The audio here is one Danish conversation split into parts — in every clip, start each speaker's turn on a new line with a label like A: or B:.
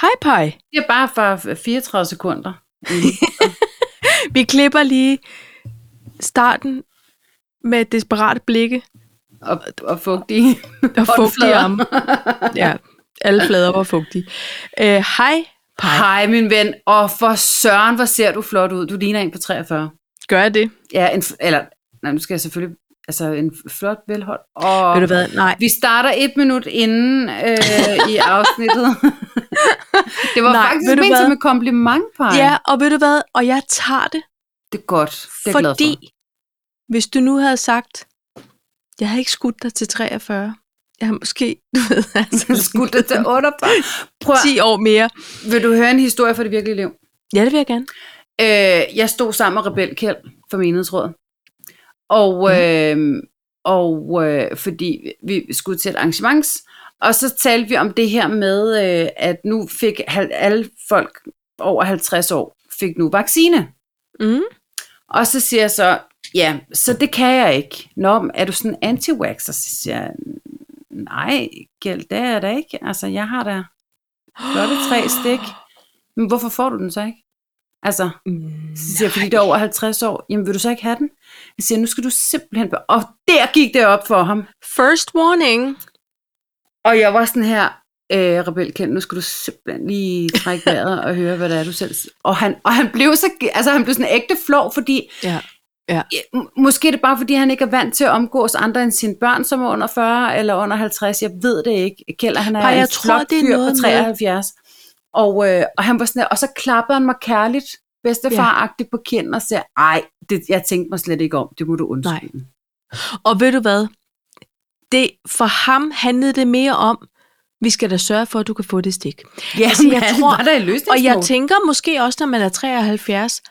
A: Hej, Pai.
B: Det er bare for 34 sekunder.
A: Vi klipper lige starten med desperate blikke
B: Og, og fugtige.
A: og fugtige
B: Håndflader.
A: arme. Ja, alle flader var fugtige. Øh, Hej, Pai.
B: Hej, min ven. Og for søren, hvor ser du flot ud. Du ligner en på 43.
A: Gør jeg det?
B: Ja, en, f- eller, nej, nu skal jeg selvfølgelig... Altså, en flot velhold. Og
A: Ved du hvad? Nej.
B: Vi starter et minut inden øh, i afsnittet. det var
A: Nej,
B: Nej, faktisk
A: ved du
B: ment
A: hvad?
B: som et kompliment, Paj.
A: Ja, og ved du hvad? Og jeg tager det,
B: Det er godt. Det er jeg glad
A: fordi hvis du nu havde sagt, jeg havde ikke skudt dig til 43, jeg har måske, du ved,
B: for.
A: altså,
B: Skulle det til 48? Prøv, at-
A: 10 år mere.
B: vil du høre en historie fra det virkelige liv?
A: Ja, det vil jeg gerne.
B: Øh, jeg stod sammen med Rebel Kjeld fra menighedsrådet. Og, øh, og øh, fordi vi skulle til et arrangement, og så talte vi om det her med, øh, at nu fik hal- alle folk over 50 år fik nu vaccine.
A: Mm.
B: Og så siger jeg så, ja, så det kan jeg ikke. Nå, men er du sådan anti-waxer? Så siger jeg, nej, Kjeld, det er jeg da ikke. Altså, jeg har da flotte tre stik. Men hvorfor får du den så ikke? Altså,
A: Mm.
B: så siger jeg, fordi det er over 50 år. Jamen, vil du så ikke have den? Jeg siger, nu skal du simpelthen... be- Og der gik det op for ham.
A: First warning.
B: Og jeg var sådan her, øh, Rebel Kjeld, nu skal du simpelthen lige trække vejret og høre, hvad det er, du selv... s-" Og han, og han blev så... Altså, han blev sådan ægte flov, fordi...
A: Ja.
B: Ja, m- Måske er det bare, fordi han ikke er vant til at omgås andre end sine børn, som er under 40 eller under 50. Jeg ved det ikke. Kjeld, han er
A: Ej,
B: Ej,
A: jeg
B: en
A: tror,
B: flot
A: det er
B: fyr
A: noget
B: på
A: med-
B: 73. Og, øh, og han var sådan her, og så klappede han mig kærligt, bedstefaragtigt på kinden og sagde, ej, det, jeg tænkte mig slet ikke om, det må du undskylde. Nej.
A: Og ved du hvad? Det, for ham handlede det mere om, vi skal da sørge for, at du kan få det stik.
B: Ja,
A: Altså, jeg
B: han
A: tror-
B: var der i
A: Og jeg
B: løsningsmode.
A: tænker måske også, når man er 73,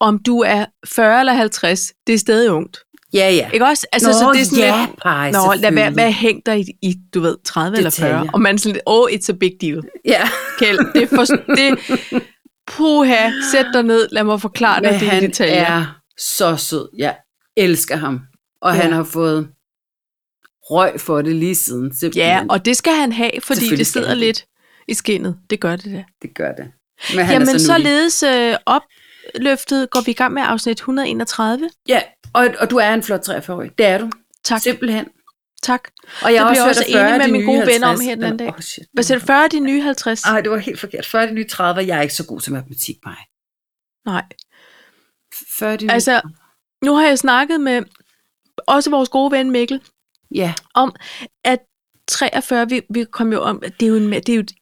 A: om du er 40 eller 50, det er stadig ungt.
B: Ja, ja.
A: Ikke også? Altså,
B: Nå,
A: så det er sådan
B: ja,
A: lidt,
B: Paj,
A: Nå, lad være med
B: selvfølgelig.
A: at hænge dig i, i, du ved, 30 eller 40.
B: Detaljer.
A: Og man er sådan lidt, oh, it's a big deal.
B: Ja,
A: Kjeld, det, er for, det puha, sæt dig ned, lad mig forklare
B: men
A: dig det i
B: han
A: detaljer.
B: er så sød. Jeg elsker ham. Og
A: Ja.
B: ja. han har fået røg for det lige siden. Simpelthen.
A: Ja, og det skal han have, fordi
B: Selvfølgelig
A: det
B: skal
A: sidder
B: han det.
A: lidt i skinnet. Det gør det da.
B: det gør det. Men han er
A: Jamen,
B: så nuttig.
A: således øh, opløftet går vi i gang med afsnit 131.
B: Ja, og, og du er en flot 43-årig. Det er du.
A: Tak,
B: Simpelthen.
A: tak.
B: Og
A: Det
B: har
A: blev jeg
B: hørt,
A: også
B: at 40
A: enig med
B: er de
A: mine
B: nye
A: gode venner om
B: 50.
A: her den anden dag.
B: Åh, shit.
A: Hvad siger du, 40 er de nye 50?
B: Ej, det var helt forkert. 40 er de nye 30, jeg er ikke så god til matematik, mig.
A: Nej.
B: 40 er de nye...
A: Altså, nu har jeg snakket med også vores gode ven Mikkel,
B: ja.
A: om, at 43, vi, vi kom jo om, at det er jo en, det er jo, et-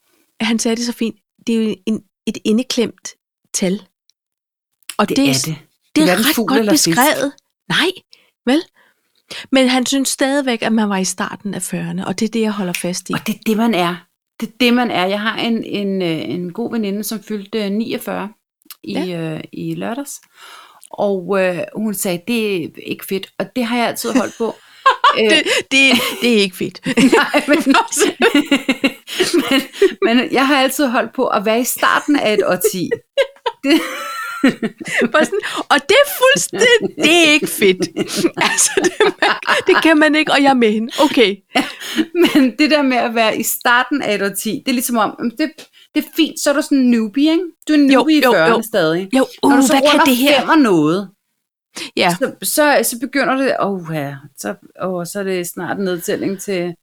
A: han sagde det så fint, det er jo en, et indeklemt tal. Og
B: Det
A: det
B: er det.
A: Det
B: Det
A: er
B: hverken
A: ret
B: fugl
A: godt
B: eller fisk.
A: beskrevet. Nej, vel? Men han synes stadigvæk, at man var i starten af 40'erne, og det er det, jeg holder fast i.
B: Og det er det, man er. Det er det, man er. Jeg har en, en, øh, en god veninde, som fyldte øh, 49 i, ja. øh, i lørdags. Og øh, hun sagde, det er ikke fedt. Og det har jeg altid holdt på. Øh, Æ,
A: Det, det, det er ikke fedt.
B: nej, men, men, men jeg har altid holdt på at være i starten af et årti.
A: Bare sådan, og det er fuldstændig, det er ikke fedt. Altså, det, det kan man ikke, og jeg er med hende. Okay,
B: Men det der med at være i starten af et årti, det er ligesom om, jamen, det, det er fint, så er du sådan en newbie, ikke? Du er en
A: Jo,
B: newbie
A: jo,
B: i
A: jo.
B: 40'erne stadig.
A: jo, uh,
B: Når du så
A: hvad kan
B: runder
A: det her?
B: femmer noget,
A: Ja,
B: så, så, så begynder det, åh ja, så, åh, så er det snart en nedtælling til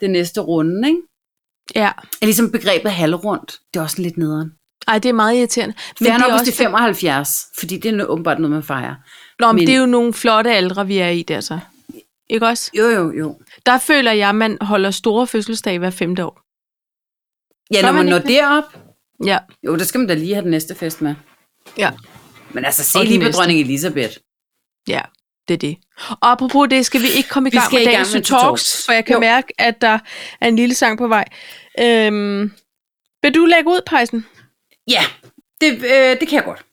B: det næste runde, ikke?
A: ja.
B: Er Ligesom begrebet halvrundt, det er også lidt nederen.
A: Ej, det er meget irriterende. Men
B: Men det er nok,
A: også,
B: hvis det er 75, fordi det er no- åbenbart noget, man fejrer.
A: Nå, men
B: men-
A: det er jo nogle flotte aldre, vi er i der så. Ikke også?
B: Jo, jo, jo.
A: Der føler jeg, at man holder store fødselsdage hver femte år.
B: Ja,
A: Gør
B: når
A: man
B: man når
A: ikke det?
B: derop,
A: Ja,
B: jo, der skal man da lige have den næste fest med.
A: ja,
B: Men altså, se
A: Og den
B: lige på
A: næste.
B: dronning Elisabeth.
A: ja. Det er det. Og apropos det, skal vi ikke komme i
B: Vi
A: gang
B: skal
A: med
B: i gang
A: dagens
B: med
A: talks,
B: talks.
A: for jeg kan jo.
B: Jo.
A: mærke, at der er en lille sang på vej. Øhm, vil du lægge ud, Pejsen?
B: Ja, det, øh, det kan jeg godt.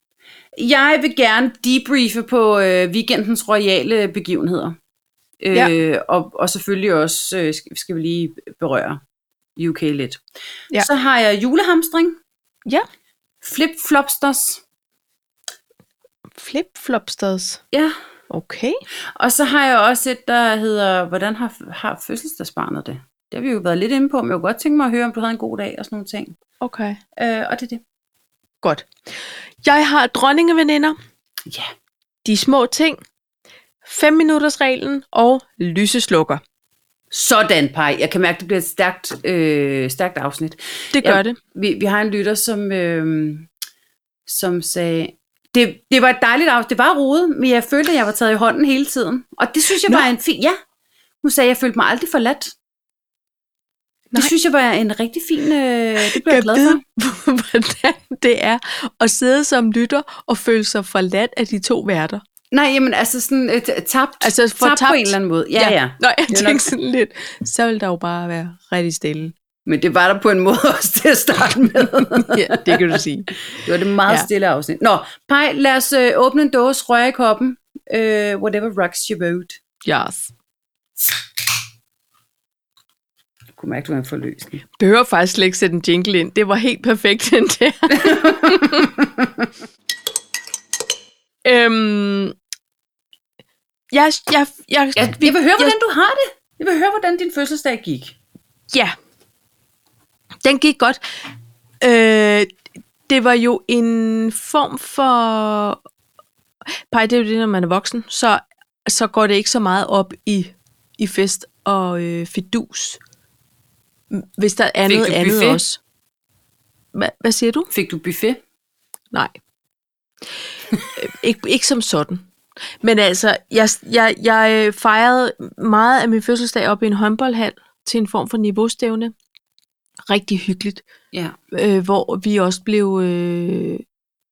B: Jeg vil gerne debriefe på øh, weekendens royale begivenheder. Øh,
A: Ja.
B: og, og selvfølgelig også øh, skal, skal vi lige berøre UK lidt.
A: Ja.
B: Ja. Så har jeg julehamstring,
A: Ja.
B: flip flopsters,
A: Flip Flopsters.
B: ja.
A: Okay.
B: Og så har jeg også et, der hedder, hvordan har, har fødselsdagsbarnet det? Det har vi jo været lidt inde på, men jeg kunne godt tænke mig at høre, om du havde en god dag og sådan nogle ting.
A: Okay.
B: Øh, og det er det.
A: Godt. Jeg har dronningeveninder.
B: Ja.
A: De små ting. 5 minutters reglen og lyseslukker.
B: Sådan, Paj. Jeg kan mærke, det bliver et stærkt, øh, stærkt afsnit.
A: Det
B: Ja.
A: gør det.
B: Vi, vi har en lytter, som, øh, som sagde, det, det var et dejligt afsnit. Det var rodet, men jeg følte, at jeg var taget i hånden hele tiden. Og det synes jeg
A: Nå.
B: var en fin... Ja, hun sagde, at jeg følte mig aldrig forladt.
A: Nej.
B: Det synes jeg var en rigtig fin... Øh, det blev jeg glad for.
A: vide, hvordan det er at sidde som lytter og føle sig forladt af de to værter.
B: Nej, jamen altså sådan øh, t- tabt.
A: Altså
B: tabt
A: fortabt.
B: på en eller anden måde. Ja, ja. ja.
A: Nå, jeg
B: Det er nok-
A: tænkte sådan lidt, så vil der jo bare være rigtig stille.
B: Men det var der på en måde også til at starte med.
A: Ja, det kan du sige.
B: Det var det meget
A: Ja.
B: ja. stille afsnit. Nå, Pej, lad os øh, åbne en dåse, røre i koppen. Øh, whatever rocks your boat.
A: Yes.
B: Jeg kunne mærke, du var en forløsning.
A: Behøver faktisk slet ikke sætte en jingle ind. Det var helt perfekt, den der. øhm, jeg, jeg, jeg,
B: Jeg, jeg vil høre, hvordan du har det. Jeg vil høre, hvordan din fødselsdag gik.
A: Ja. Den gik godt. Øh, det var jo en form for... Pej, det er jo det, når man er voksen, så, så går det ikke så meget op i, i fest og øh, fidus. M- Hvis der er
B: Fik
A: noget
B: du
A: andet
B: buffet?
A: også. Hva, hvad siger du?
B: Fik du buffet?
A: Nej. Øh, ikke, ikke som sådan. Men altså, jeg, jeg, jeg øh, fejrede meget af min fødselsdag op i en håndboldhal til en form for niveaustævne. Rigtig hyggeligt.
B: Ja.
A: Øh, hvor vi også blev øh,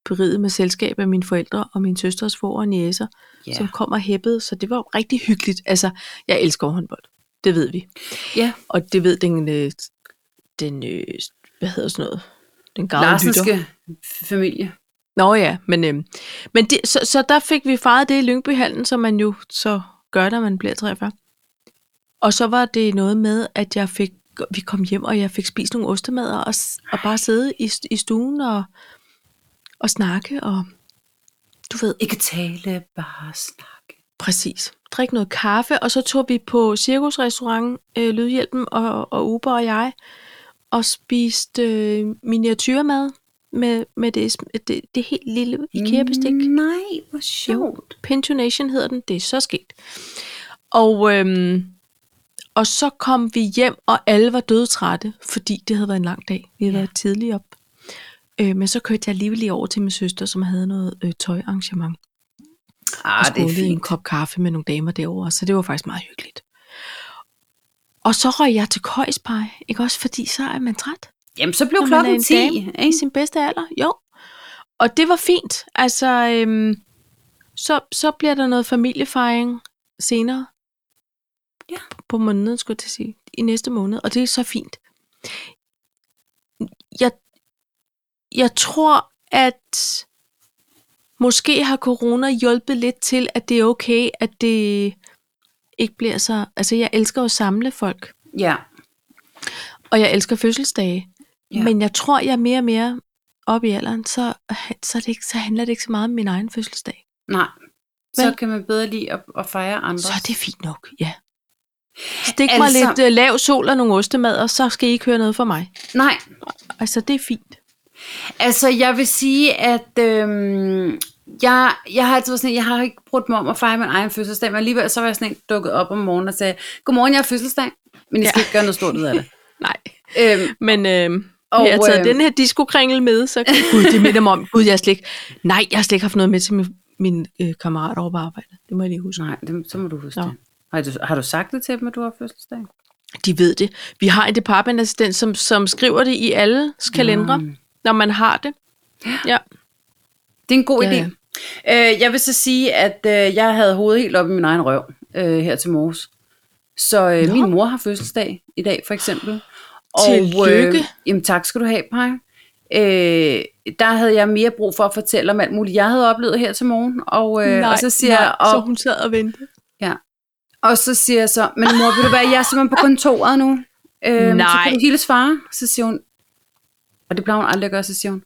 A: beriget med selskab af mine forældre og min søsters for og næser,
B: Ja.
A: som kom og hæppede. Så det var jo rigtig hyggeligt. Altså, jeg elsker håndbold. Det ved vi.
B: ja.
A: Og det ved den, øh, den øh, hvad hedder sådan noget? Den gavne lytter.
B: Larsenske familie.
A: Nå ja, men, øhm, men det, så, så der fik vi fejret det i Lyngbyhallen, som man jo så gør, når man bliver 43. Og så var det noget med, at jeg fik, vi kom hjem, og jeg fik spist nogle ostemader, og, s- og bare sidde i, st- i stuen og, og snakke, og du ved,
B: Ikke tale, bare snakke.
A: præcis. Drikke noget kaffe, og så tog vi på cirkusrestaurant, øh, Lydhjælpen og, og Uber og jeg, og spiste øh, miniatyrmad med, med det, sm- det, det helt lille IKEA-bestik.
B: Mm, Nej, hvor sjovt.
A: Pensionation hedder den. Det er så sket. Og, øhm, og så kom vi hjem, og alle var dødtrætte, fordi det havde været en lang dag. Vi havde ja. været tidligt op. Øh, men så kørte jeg alligevel lige over til min søster, som havde noget øh, tøjarrangement.
B: Ah,
A: Og
B: det er
A: skålede i en
B: fint.
A: kop kaffe med nogle damer derovre, så det var faktisk meget hyggeligt. Og så røg jeg til køjspej, ikke også? Fordi så er man træt
B: Jamen, så blev
A: når man er
B: klokken
A: en
B: 10.
A: dame Mm. i
B: Ikke?
A: sin bedste alder. Jo. Og det var fint. Altså, øhm, så, så bliver der noget familiefejring senere.
B: Ja.
A: På måneden, skulle jeg til at sige. I næste måned. Og det er så fint. Jeg, jeg tror, at måske har corona hjulpet lidt til, at det er okay, at det ikke bliver så... Altså, jeg elsker jo at samle folk.
B: Ja.
A: Og jeg elsker fødselsdage.
B: Ja.
A: Ja. Men jeg tror, jeg er mere og mere op i alderen, så, så, er det ikke, så handler det ikke så meget om min egen fødselsdag.
B: Nej. Så
A: Vel?
B: kan man bedre lide at, at fejre andre.
A: Så er det fint nok, ja. Stik mig
B: Altså-
A: lidt uh, lav sol og nogle ostemader, så skal I ikke høre noget fra mig.
B: Nej,
A: Altså, det er fint.
B: Altså, jeg vil sige, at øhm, jeg, jeg har altid været sådan, en, jeg har ikke brugt mig om at fejre min egen fødselsdag, men alligevel så var jeg sådan en, dukket op om morgenen og sagde, godmorgen, jeg har fødselsdag, men jeg skal
A: Ja.
B: ja. ikke gøre noget stort ud af det.
A: Nej.
B: øhm,
A: Men øh,
B: Og,
A: og, jeg har taget
B: øh,
A: øh, den her diskokringel med, så gud, det minder mig om, gud, jeg har slet ikke, nej, jeg har slet ikke haft noget med til min, min øh, kammerat over på arbejde. Det må jeg lige huske.
B: nej, det, så må du huske
A: Nå.
B: det. Har du, har du sagt det til dem, at du har fødselsdag?
A: De ved det. Vi har en departmentassistent, som, som skriver det i alles kalendere, mm. når man har det. Ja.
B: Det er en god
A: Ja,
B: ja, idé.
A: ja.
B: Øh, jeg vil så sige, at øh, jeg havde hovedet helt op i min egen røv øh, her til morges. Så øh,
A: Nå.
B: min mor har fødselsdag i dag, for eksempel. øh,
A: Tillykke.
B: jamen tak skal du have, Paj. Øh, der havde jeg mere brug for at fortælle om alt muligt, jeg havde oplevet her til morgen. Og, øh, og så siger jeg, og,
A: så hun sad og ventede.
B: ja. og så siger jeg så, men mor, vil du være, jeg er simpelthen på kontoret nu. Øh, Så
A: Nej.
B: kan du hilse far? Så siger hun, og det plejer hun aldrig at gøre, så siger hun,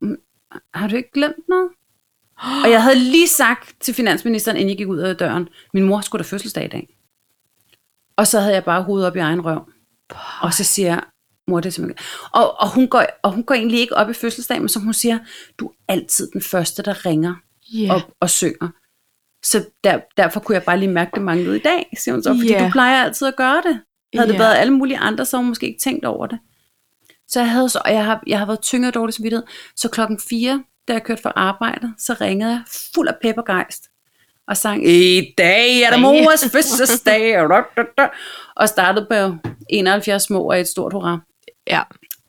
B: "Mm, har du ikke glemt noget? Og jeg havde lige sagt til finansministeren, inden jeg gik ud af døren, min mor skulle da fødselsdag i dag. Og så havde jeg bare hovedet op i egen røv. Og så siger jeg, mor, det er simpelthen... Og, og, hun går, og hun går egentlig ikke op i fødselsdagen, men som hun siger, du er altid den første, der ringer
A: Ja.
B: og, og synger. Så der, derfor kunne jeg bare lige mærke, det manglede i dag, siger hun så. Fordi
A: Ja.
B: du plejer altid at gøre det. Havde det
A: Ja.
B: været alle mulige andre, så havde hun måske ikke tænkt over det. Så jeg havde så, og jeg har, jeg har været tyngre og dårlig samvittighed. Så klokken 4, da jeg kørte fra arbejde, så ringede jeg fuld af pep og gejst. Og sang, i dag er der mors fødselsdag. og da, da, da. Og startede på 71 små og et stort hurra.
A: Ja.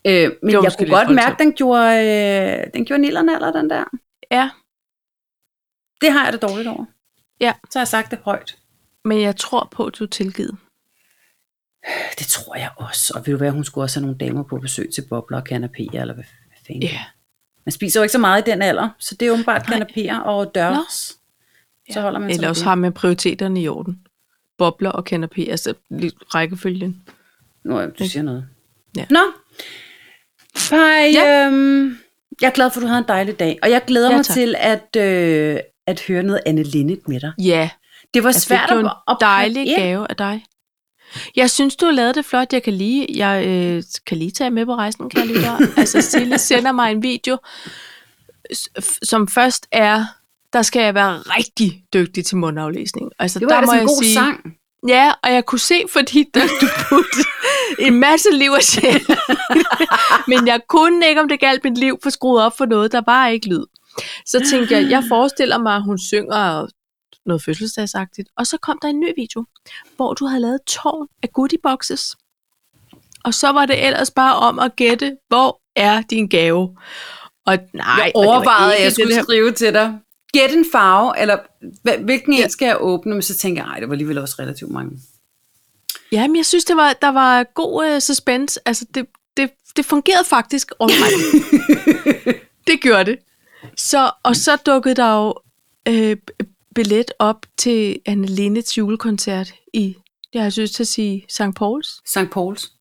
B: Øh, men jeg
A: måske
B: kunne
A: lidt
B: godt mærke,
A: voldsomt.
B: den gjorde, øh, den gjorde nillerne eller den der.
A: ja.
B: Det har jeg det dårligt over.
A: Ja.
B: Så har jeg sagt det højt.
A: Men jeg tror på, at du er tilgivet.
B: Det tror jeg også. Og vil du være, hun skulle også have nogle damer på besøg til bobler og kanapéer, eller hvad, hvad fanden.
A: Ja.
B: Man spiser jo ikke så meget i den alder, så det er åbenbart kanapéer og dørs. Så holder man sig
A: Eller
B: med
A: også
B: det.
A: har man prioriteterne i orden. Bobler og kanapé, altså lige rækkefølgen.
B: Nå, ja, øh, du siger noget.
A: Ja.
B: Nå. Hej,
A: Ja.
B: ja. øhm, jeg er glad for, at du havde en dejlig dag. Og jeg glæder
A: Ja,
B: ja, mig
A: tak.
B: til at, øh, at høre noget Anne Linnet med dig.
A: Ja,
B: Det var
A: jeg
B: svært
A: fik Altså, jo en
B: at, at
A: dejlig
B: pakke ind.
A: gave af dig. Jeg synes, du har lavet det flot. Jeg kan lige, jeg, øh, kan lige tage med på rejsen, kan jeg lytte. altså, Sille sender mig en video, s- f- som først er, der skal jeg være rigtig dygtig til mundaflæsning. Altså,
B: Det var
A: der
B: ellers
A: må
B: en
A: jeg
B: god
A: sige,
B: sang.
A: Ja, og jeg kunne se, fordi der, du putte en masse liv og sjæl. Men jeg kunne ikke, om det galt mit liv, få skruet op for noget, der var ikke lyd. Så tænkte jeg, jeg forestiller mig, at hun synger noget fødselsdagsagtigt. Og så kom der en ny video, hvor du havde lavet tårn af goodieboxes. Og så var det ellers bare om at gætte, hvor er din gave? Og nej,
B: Jeg
A: og det var
B: overvejede, at
A: ikke
B: jeg skulle
A: det der-
B: skrive til dig. Gæt en farve, eller hva- hvilken ja. en skal jeg åbne? Men så tænker jeg, nej, det var alligevel også relativt mange.
A: Jamen, jeg synes, det var, der var god øh, suspense. Altså, det, det, det fungerede faktisk ordentligt. det gjorde det. Så, og så dukkede der jo øh, billet op til Anne Lindets julekoncert i, jeg har lyst til at sige, St. Pauls
B: St. Pauls.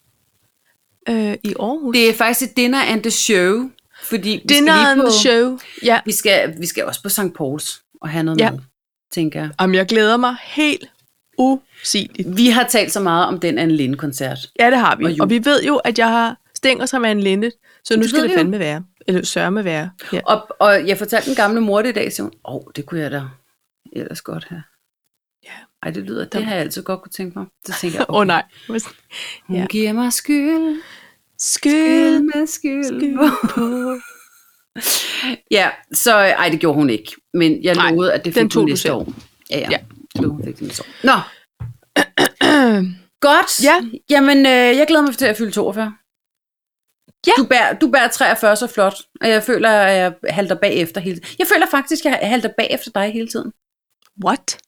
A: øh, i Aarhus.
B: Det er faktisk et dinner and the show. Fordi vi
A: Dinner
B: skal
A: and
B: lige på,
A: the show. Ja.
B: Vi skal, vi skal også på St. Pauls og have noget
A: Ja.
B: ja. mad, tænker jeg.
A: Jamen, jeg glæder mig helt usigeligt.
B: Vi har talt så meget om den Anne Linde-koncert.
A: Ja, det har
B: Og
A: vi.
B: jul.
A: Og, vi ved jo, at jeg har stænger som Anne Linde, så nu
B: Det
A: skal
B: ved
A: det
B: vi jo.
A: fandme være. Eller sørme være. Ja.
B: Og, og jeg fortalte den gamle mor det i dag, så hun, åh, oh, det kunne jeg da ellers godt have.
A: Ja.
B: Ej, det lyder, det har jeg altid godt kunne tænke mig. Så tænker jeg,
A: Åh oh, nej.
B: hun
A: Ja.
B: giver mig skyld.
A: Skyld
B: med skyld.
A: på.
B: Ja, så ej, det gjorde hun ikke. Men jeg
A: Nej,
B: lovede, at det fik
A: den tog
B: hun
A: du
B: næste
A: selv.
B: år. Ja, ja.
A: Ja.
B: ja. Så hun fik det næste år. Nå, godt.
A: Ja.
B: Jamen, øh, jeg glæder mig til at fylde 42.
A: Ja.
B: Du bærer, du bærer 43 så flot, og jeg føler, at jeg halter bagefter hele tiden. Jeg føler faktisk, at jeg halter bagefter dig hele tiden.
A: What?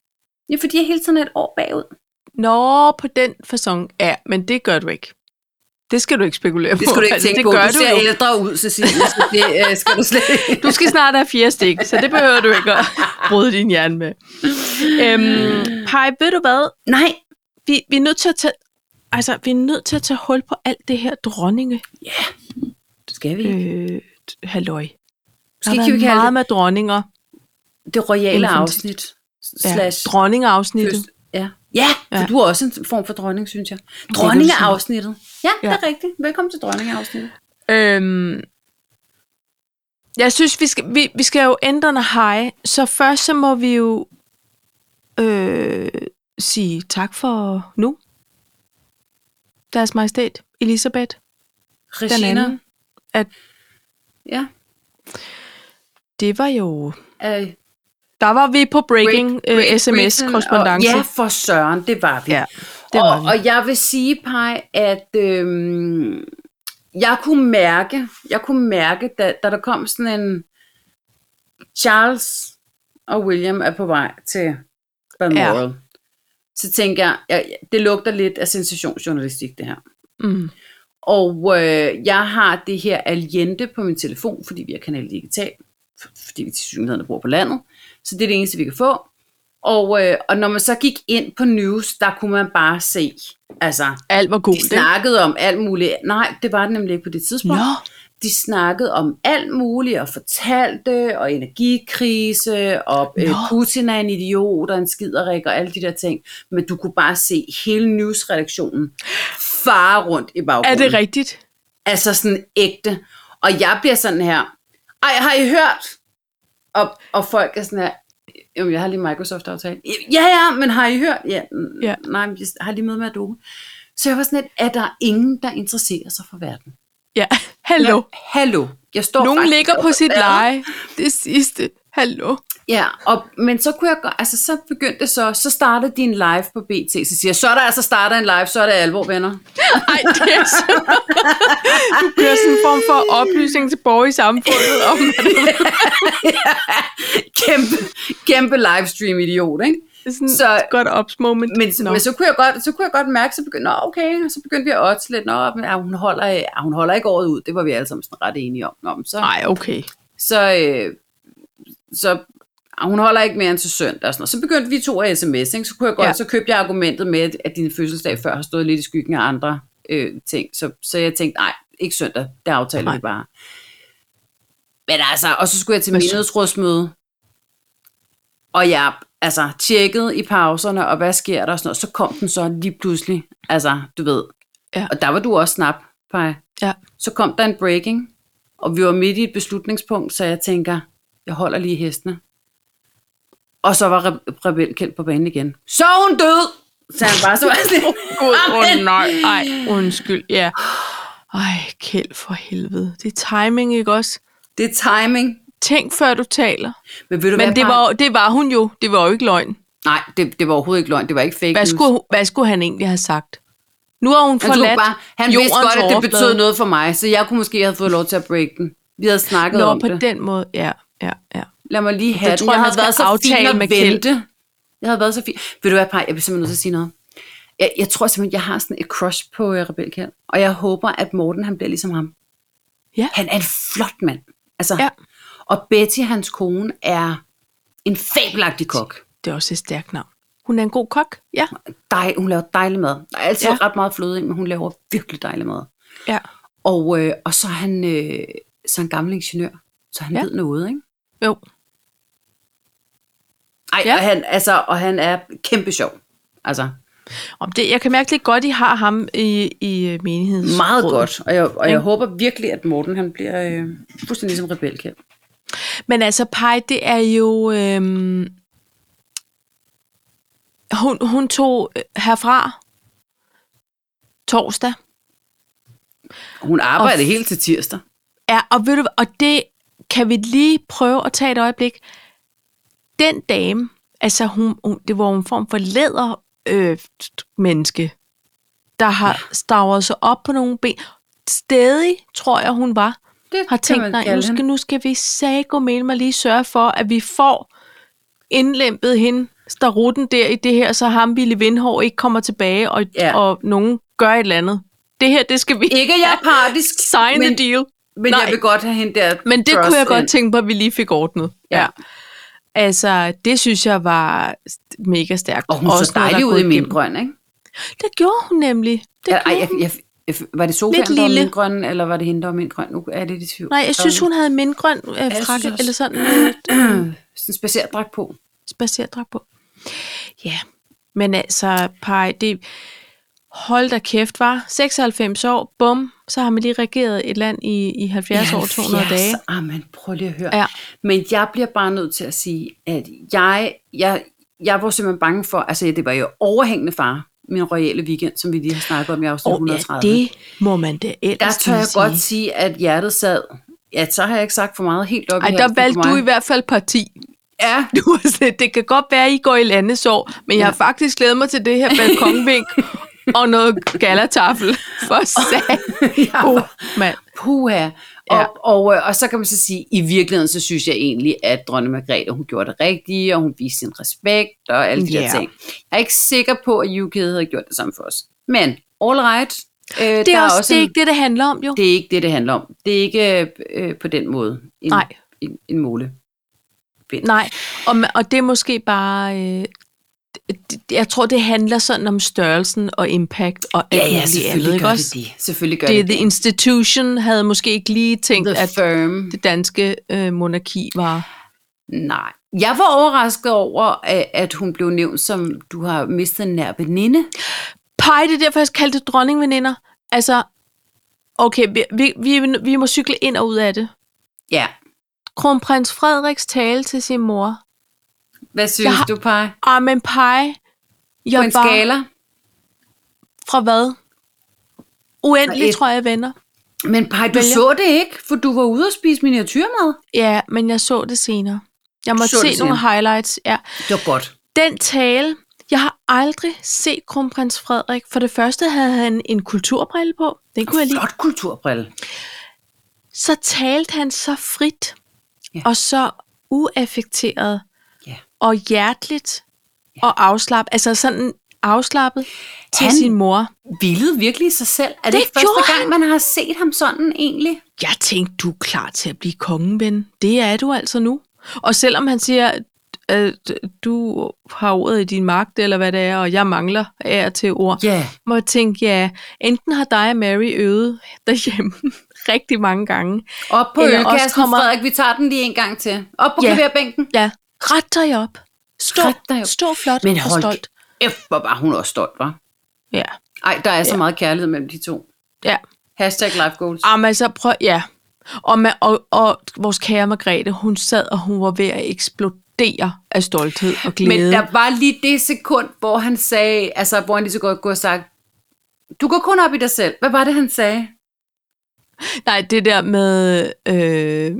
B: Ja, fordi jeg hele tiden er et år bagud.
A: Nå, på den façon. Ja, men det gør du ikke. Det skal du ikke spekulere på.
B: Det skulle du ikke
A: Altså,
B: tænke
A: det
B: på.
A: Gør
B: Du
A: du,
B: ser
A: jo.
B: ældre ud, Cecilie. Så det øh, skal du slet ikke.
A: du skal snart have fire stik, så det behøver du ikke at bryde din hjerne med. Øhm, Pai, ved du hvad?
B: Nej.
A: Vi, vi er nødt til at tage... Altså, vi er nødt til at tage hul på alt det her dronninge.
B: Det skal vi ikke.
A: Øh, t- halløj. Der
B: Måske
A: har
B: kan Mm. vi
A: været
B: kalde
A: meget
B: det
A: med dronninger.
B: det royale
A: Infant-
B: afsnit.
A: Ja,
B: Slash
A: dronningeafsnittet.
B: Kyst. Ja. Ja, for
A: Ja.
B: ja, du er også en form for dronning, synes jeg.
A: du
B: Dronningeafsnittet. Ja, det er
A: Ja.
B: rigtigt. Velkommen til dronningeafsnittet.
A: Øhm, jeg synes, vi skal, vi, vi skal jo ændre noget hej. Så først så må vi jo øh, sige tak for nu. Deres majestæt, Elisabeth, den anden.
B: Ja.
A: Det var jo...
B: Øh,
A: Der var vi på breaking
B: Great- Great
A: øh,
B: Britain
A: sms-korrespondence.
B: og- Ja, for søren, det var vi.
A: ja, det var
B: og,
A: vi.
B: og jeg vil sige, Paj, at øhm, jeg kunne mærke, jeg kunne mærke da, da der kom sådan en Charles og William er på vej til Balmoral. Ja. Så tænker jeg, jeg, det lugter lidt af sensationsjournalistik, det her.
A: Mm.
B: Og øh, jeg har det her Aliente på min telefon, fordi vi har Kanal Digital, f- fordi vi til synligheden bor på landet. Så det er det eneste, vi kan få. Og, øh, og når man så gik ind på news, der kunne man bare se, altså,
A: Alt var
B: de
A: godt.
B: snakkede om alt muligt. Nej, det var det nemlig ikke på det tidspunkt.
A: Nå,
B: de snakkede om alt muligt og fortalte, og energikrise, og øh,
A: Nå.
B: Putin er en idiot og en skiderik og alle de der ting. Men du kunne bare se hele newsredaktionen fare rundt i
A: Er
B: baggrunden.
A: det rigtigt?
B: Altså sådan ægte. Og jeg bliver sådan her, ej, har I hørt? Og, og folk er sådan her, jamen jeg har lige Microsoft-aftale. Ja, ja, men har I hørt? Ja, n-
A: Ja.
B: nej, men jeg har lige møde med Adobe. Så jeg var sådan lidt, er der ingen, der interesserer sig for verden?
A: Ja, hallo.
B: Hallo. Jeg står
A: Nogen
B: faktisk
A: ligger på
B: og-
A: sit
B: Ja.
A: leje. Det sidste. Hallo.
B: Ja, og, men så kunne jeg godt, altså så begyndte det så, så startede din live på BT, så siger jeg, så er der altså starter en live, så er det alvor, venner.
A: Ej, det er så... Du kører sådan en form for oplysning til borgere i samfundet om, at
B: Kæmpe, kæmpe livestream idiot, ikke?
A: det er sådan så,
B: Så-
A: et godt ops moment.
B: Men,
A: Nå.
B: men så, kunne jeg godt, så kunne jeg godt mærke, så begyndte, nå okay, og så begyndte vi at odds lidt, nå, men, ah, hun, holder, ah, hun holder ikke året ud, det var vi alle sammen sådan ret enige om. Nå, men så,
A: Nej, okay.
B: så, øh, så ah, hun holder ikke mere end til søndag. Og sådan noget. Så begyndte vi to at sms, ikke? så kunne jeg godt,
A: Ja.
B: ja. så købte jeg argumentet med, at- at din fødselsdag før har stået lidt i skyggen af andre øh, ting. Så, så jeg tænkte, nej, ikke søndag, det aftaler
A: Nej.
B: vi bare. Men altså, og så skulle jeg til
A: Men så-
B: menighedsrådsmøde, og jeg altså, tjekkede i pauserne, og hvad sker der og sådan noget. Så kom den så lige pludselig, altså, du ved.
A: Ja.
B: Og der var du også snap, Paj.
A: Ja.
B: Så kom der en breaking, og vi var midt i et beslutningspunkt, så jeg tænker, jeg holder lige hestene. Og så var Re- Rebel kendt på banen igen. Så er hun død! Så han bare så var jeg sådan,
A: Gud,
B: Amen.
A: oh, nej. Ej, undskyld. Ja. Ej, kæld for helvede. Det er timing, ikke også?
B: det er timing.
A: Tænk, før du taler.
B: Men ved du
A: Men
B: hvad,
A: det
B: Paj?
A: var, det var hun jo. Det var jo ikke løgn.
B: Nej, det, det var overhovedet ikke løgn. Det var ikke fake
A: Hvad
B: news.
A: skulle, hvad skulle han egentlig have sagt? Nu har hun
B: Mm. Han, skulle
A: forladt
B: bare, han vidste
A: jordens
B: godt, at det
A: overflade.
B: betød noget for mig, så jeg kunne måske have fået lov til at break den. Vi havde snakket om
A: Nå, på
B: det.
A: den måde. Ja, ja, ja.
B: Lad mig lige have
A: Det
B: det.
A: tror jeg,
B: jeg
A: man
B: havde været
A: skal
B: så fin
A: aftale
B: at
A: med Kjeld.
B: vente. Jeg havde været så fin. Ved du hvad, Paj, jeg bliver simpelthen nødt til at sige noget. Jeg, jeg tror simpelthen, jeg har sådan et crush på uh, Rebel Kjeld, og jeg håber, at Morten han bliver ligesom ham.
A: Ja.
B: Han er en flot mand. Altså,
A: Ja.
B: Og Betty, hans kone, er en fabelagtig kok.
A: Det er også et stærkt navn. Hun er en god kok. Ja,
B: Dej, hun laver dejlig mad. Der er altid
A: Ja.
B: ja. ret meget fløde ind, men hun laver virkelig dejlig mad.
A: ja.
B: Og, øh, og så er han, øh, så er han gammel ingeniør, så han
A: Ja.
B: ja. ved noget, ikke?
A: Jo.
B: Ej,
A: Ja.
B: ja. og, han, altså, og han er kæmpe sjov. Altså,
A: Om det, jeg kan mærke lidt godt, I har ham i, i øh, menighedsrådet.
B: Meget godt, og jeg, og jeg
A: Ikke?
B: håber virkelig, at Morten han bliver øh, fuldstændig ligesom Rebelke.
A: Men altså, Pej, det er jo... Øhm, hun, hun tog øh, herfra torsdag.
B: Hun arbejder
A: Og-
B: helt til tirsdag.
A: Ja, og ved du hvad, og det kan vi lige prøve at tage et øjeblik. Den dame, altså hun, hun det var jo en form for læder øh, menneske, der har stavret sig op på nogle ben. Stadig, tror jeg, hun var,
B: Det
A: har tænkt, nej, nu skal, nu skal vi sag gå med mig lige sørge for, at vi får indlæmpet hende, starutten der i det her, så ham Ville Vindhår ikke kommer tilbage, og, ja.
B: Ja.
A: og nogen gør et eller andet. Det her, det skal vi
B: Ikke at jeg er partisk,
A: sign
B: men,
A: the deal.
B: men
A: Nej.
B: jeg vil godt have hende der.
A: Men det kunne jeg
B: thrust
A: godt
B: ind.
A: tænke på, at vi lige fik ordnet.
B: Ja.
A: Altså, det synes jeg var st- mega stærkt.
B: Og hun så
A: når der
B: dejlig
A: er
B: ud
A: gået
B: i
A: igennem.
B: mindgrøn, ikke?
A: Det gjorde hun nemlig. Det
B: Ja,
A: ja,
B: Ej,
A: gjorde
B: jeg,
A: hun.
B: jeg, jeg, var det sofaen,
A: Lidt
B: der var
A: lille.
B: mindgrøn, eller var det hende, der var mindgrøn? Nu er jeg lidt i tvivl.
A: Nej, jeg synes, hun havde en mindgrøn øh,
B: synes
A: frakke,
B: også.
A: eller sådan øh, en
B: Sådan en spacerdragt på.
A: spacerdrag på. Ja, men altså, Paj, det... Hold da kæft, var 96 år, bum, så har man lige regeret et land i, i 70 år, 200 dage.
B: Amen, Ah, prøv lige at høre.
A: Ja.
B: Men jeg bliver bare nødt til at sige, at jeg, jeg, jeg var simpelthen bange for, altså det var jo overhængende far, min royale weekend, som vi lige har snakket om i afsnit
A: Og ja,
B: 130.
A: det må man da ellers
B: der tør
A: lige
B: jeg
A: sige.
B: godt sige, at hjertet sad, ja, så har jeg ikke sagt for meget helt op
A: Ej,
B: i
A: der
B: halsen på
A: valgte
B: mig.
A: du i hvert fald parti.
B: Ja,
A: Du er sådan, det kan godt være, at I går i landesår, men ja. jeg har faktisk glædet mig til det her balkonvink og noget gallertafel. For sat. Oh, mand.
B: puha. Og,
A: Ja.
B: ja. og, øh, og så kan man så sige, i virkeligheden, så synes jeg egentlig, at dronning Margrethe, hun gjorde det rigtige, og hun viste sin respekt og alle de yeah.
A: Ja.
B: der ting. Jeg er ikke sikker på, at UK havde gjort det samme for os. Men, all right. Øh,
A: Det er, også, det er
B: en-
A: ikke det, det handler om, jo. Det,
B: det er ikke det, det handler om. Det er ikke øh, øh, på den måde en,
A: Nej.
B: en, en måle.
A: Nej, og, ma- og det er måske bare øh, det- jeg tror, det handler sådan om størrelsen og impact og alt
B: Ja, ja,
A: muligt andet,
B: selvfølgelig
A: ikke
B: gør
A: også?
B: det det. Selvfølgelig gør
A: det,
B: det
A: The
B: det.
A: Institution havde måske ikke lige tænkt,
B: The
A: at
B: firm.
A: det danske øh, monarki var...
B: Nej. Jeg var overrasket over, at- at hun blev nævnt som, du har mistet en nær veninde.
A: Pej, det er derfor, jeg kaldte det dronningveninder. Altså, okay, vi, vi, vi, vi må cykle ind og ud af det.
B: Ja.
A: Kronprins Frederiks tale til sin mor.
B: Hvad synes
A: har-
B: du, Paj?
A: Ah, men Pej, jeg
B: På en
A: var
B: skala?
A: fra hvad?
B: Fra
A: Uendelig,
B: et.
A: tror jeg, venner.
B: Men Paj, du
A: Vælger.
B: så det ikke, for du var ude og spise miniatyrmad.
A: Ja, men jeg så det senere. Jeg måtte
B: Så det
A: se nogle
B: senere.
A: highlights. Ja.
B: Det var godt.
A: Den tale, jeg har aldrig set kronprins Frederik. For det første havde han en kulturbrille på. Den kunne jeg lide.
B: Flot kulturbrille.
A: så talte han så frit
B: Ja.
A: ja. og så uaffekteret
B: Ja.
A: og hjerteligt ja. og afslappet, altså sådan afslappet til
B: Han-
A: sin mor.
B: Villede virkelig sig selv. Er det,
A: Det
B: ikke første
A: gjorde
B: gang, man har set ham sådan egentlig?
A: Jeg tænkte, du er klar til at blive kongeven. Det er du altså nu. Og selvom han siger, øh, du har ordet i din magt, eller hvad det er, og jeg mangler af til ord,
B: Ja.
A: må jeg tænke, ja, enten har dig og Mary øvet derhjemme rigtig mange gange.
B: Op på
A: Eller også
B: ølkassen, kommer...
A: kommer-
B: Frederik. Vi tager den lige en gang til. Op på ja.
A: Ja.
B: klaverbænken.
A: Ja, ret dig op. Stå,
B: Ret dig op.
A: stå flot
B: Men
A: og
B: hold
A: stolt.
B: F, hvor var hun også stolt, var.
A: Ja.
B: Ej, der er så meget kærlighed mellem de to.
A: Ja.
B: Hashtag life goals.
A: Jamen altså, prøv, ja. Og, med, og, og vores kære Margrethe, hun sad, og hun var ved at eksplodere af stolthed og glæde.
B: Men der var lige det sekund, hvor han sagde, altså hvor han lige så godt kunne have sagt, du går kun op i dig selv. Hvad var det, han sagde?
A: Nej, det der med... Øh,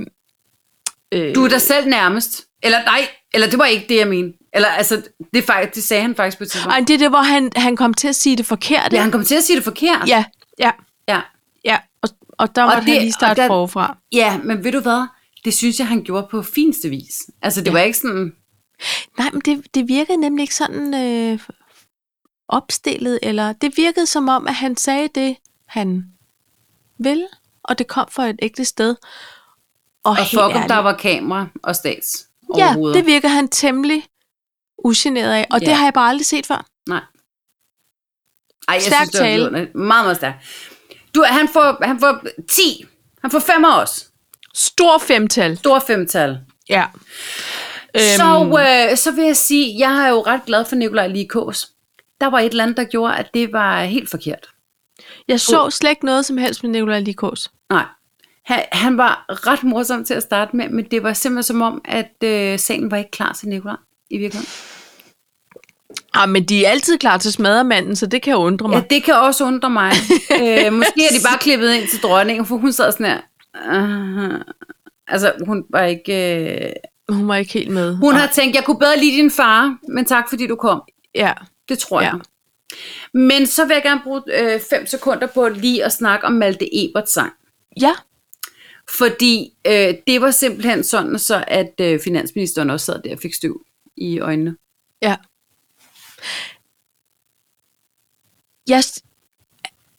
A: øh,
B: Du er dig selv nærmest. Eller nej, eller det var ikke det, jeg mente. Eller altså, det, fakt, det sagde han faktisk på et tidspunkt.
A: ej, det er det, hvor han, han kom til at sige det forkerte.
B: Ja, han kom til at sige det forkert.
A: ja, ja,
B: ja.
A: ja. Og, og der måtte det,
B: det-
A: han lige
B: og
A: starte
B: der-
A: der... forfra.
B: ja men ved du hvad? Det synes jeg, han gjorde på finste vis. Altså, det ja. var ikke sådan...
A: Nej, men det, det virkede nemlig ikke sådan øh, opstillet, eller... Det virkede som om, at han sagde det, han ville, og det kom fra et ægte sted. Og,
B: Og
A: helt
B: fuck, om
A: ærligt,
B: der var kamera og stats
A: Ja,
B: overhovedet.
A: det virker han temmelig ugeneret af, og
B: Ja.
A: det har jeg bare aldrig set før.
B: Nej. Ej, jeg
A: Stærk
B: synes, det var
A: tale.
B: vidunderligt. Meget, meget stærk. Du, han får, han får 10. Han får 5 også.
A: Stor femtal.
B: Stor femtal.
A: Ja.
B: Øhm. Så, øh, så vil jeg sige, jeg er jo ret glad for Nikolaj Likås. Der var et eller andet, der gjorde, at det var helt forkert.
A: jeg så slet ikke noget som helst med Nicolai Likos.
B: Nej. Han, han var ret morsom til at starte med, men det var simpelthen som om, at øh, sagen var ikke klar til Nikolaj i virkeligheden.
A: Ah, men de er altid klar til smadermanden, så det kan jo undre mig.
B: Ja, det kan også undre mig. øh, måske er de bare klippet ind til dronningen, for hun sad sådan her. Uh, altså, hun var ikke... Øh,
A: Hun var ikke helt med.
B: Hun har tænkt, jeg kunne bedre lide din far, men tak fordi du kom.
A: Ja.
B: Det tror jeg.
A: Ja.
B: Men så vil jeg gerne bruge 5 sekunder på lige at snakke om Malte Eberts sang.
A: Ja.
B: Fordi øh, det var simpelthen sådan, så at øh, finansministeren også sad der og fik støv i øjnene.
A: Ja. Jeg, s-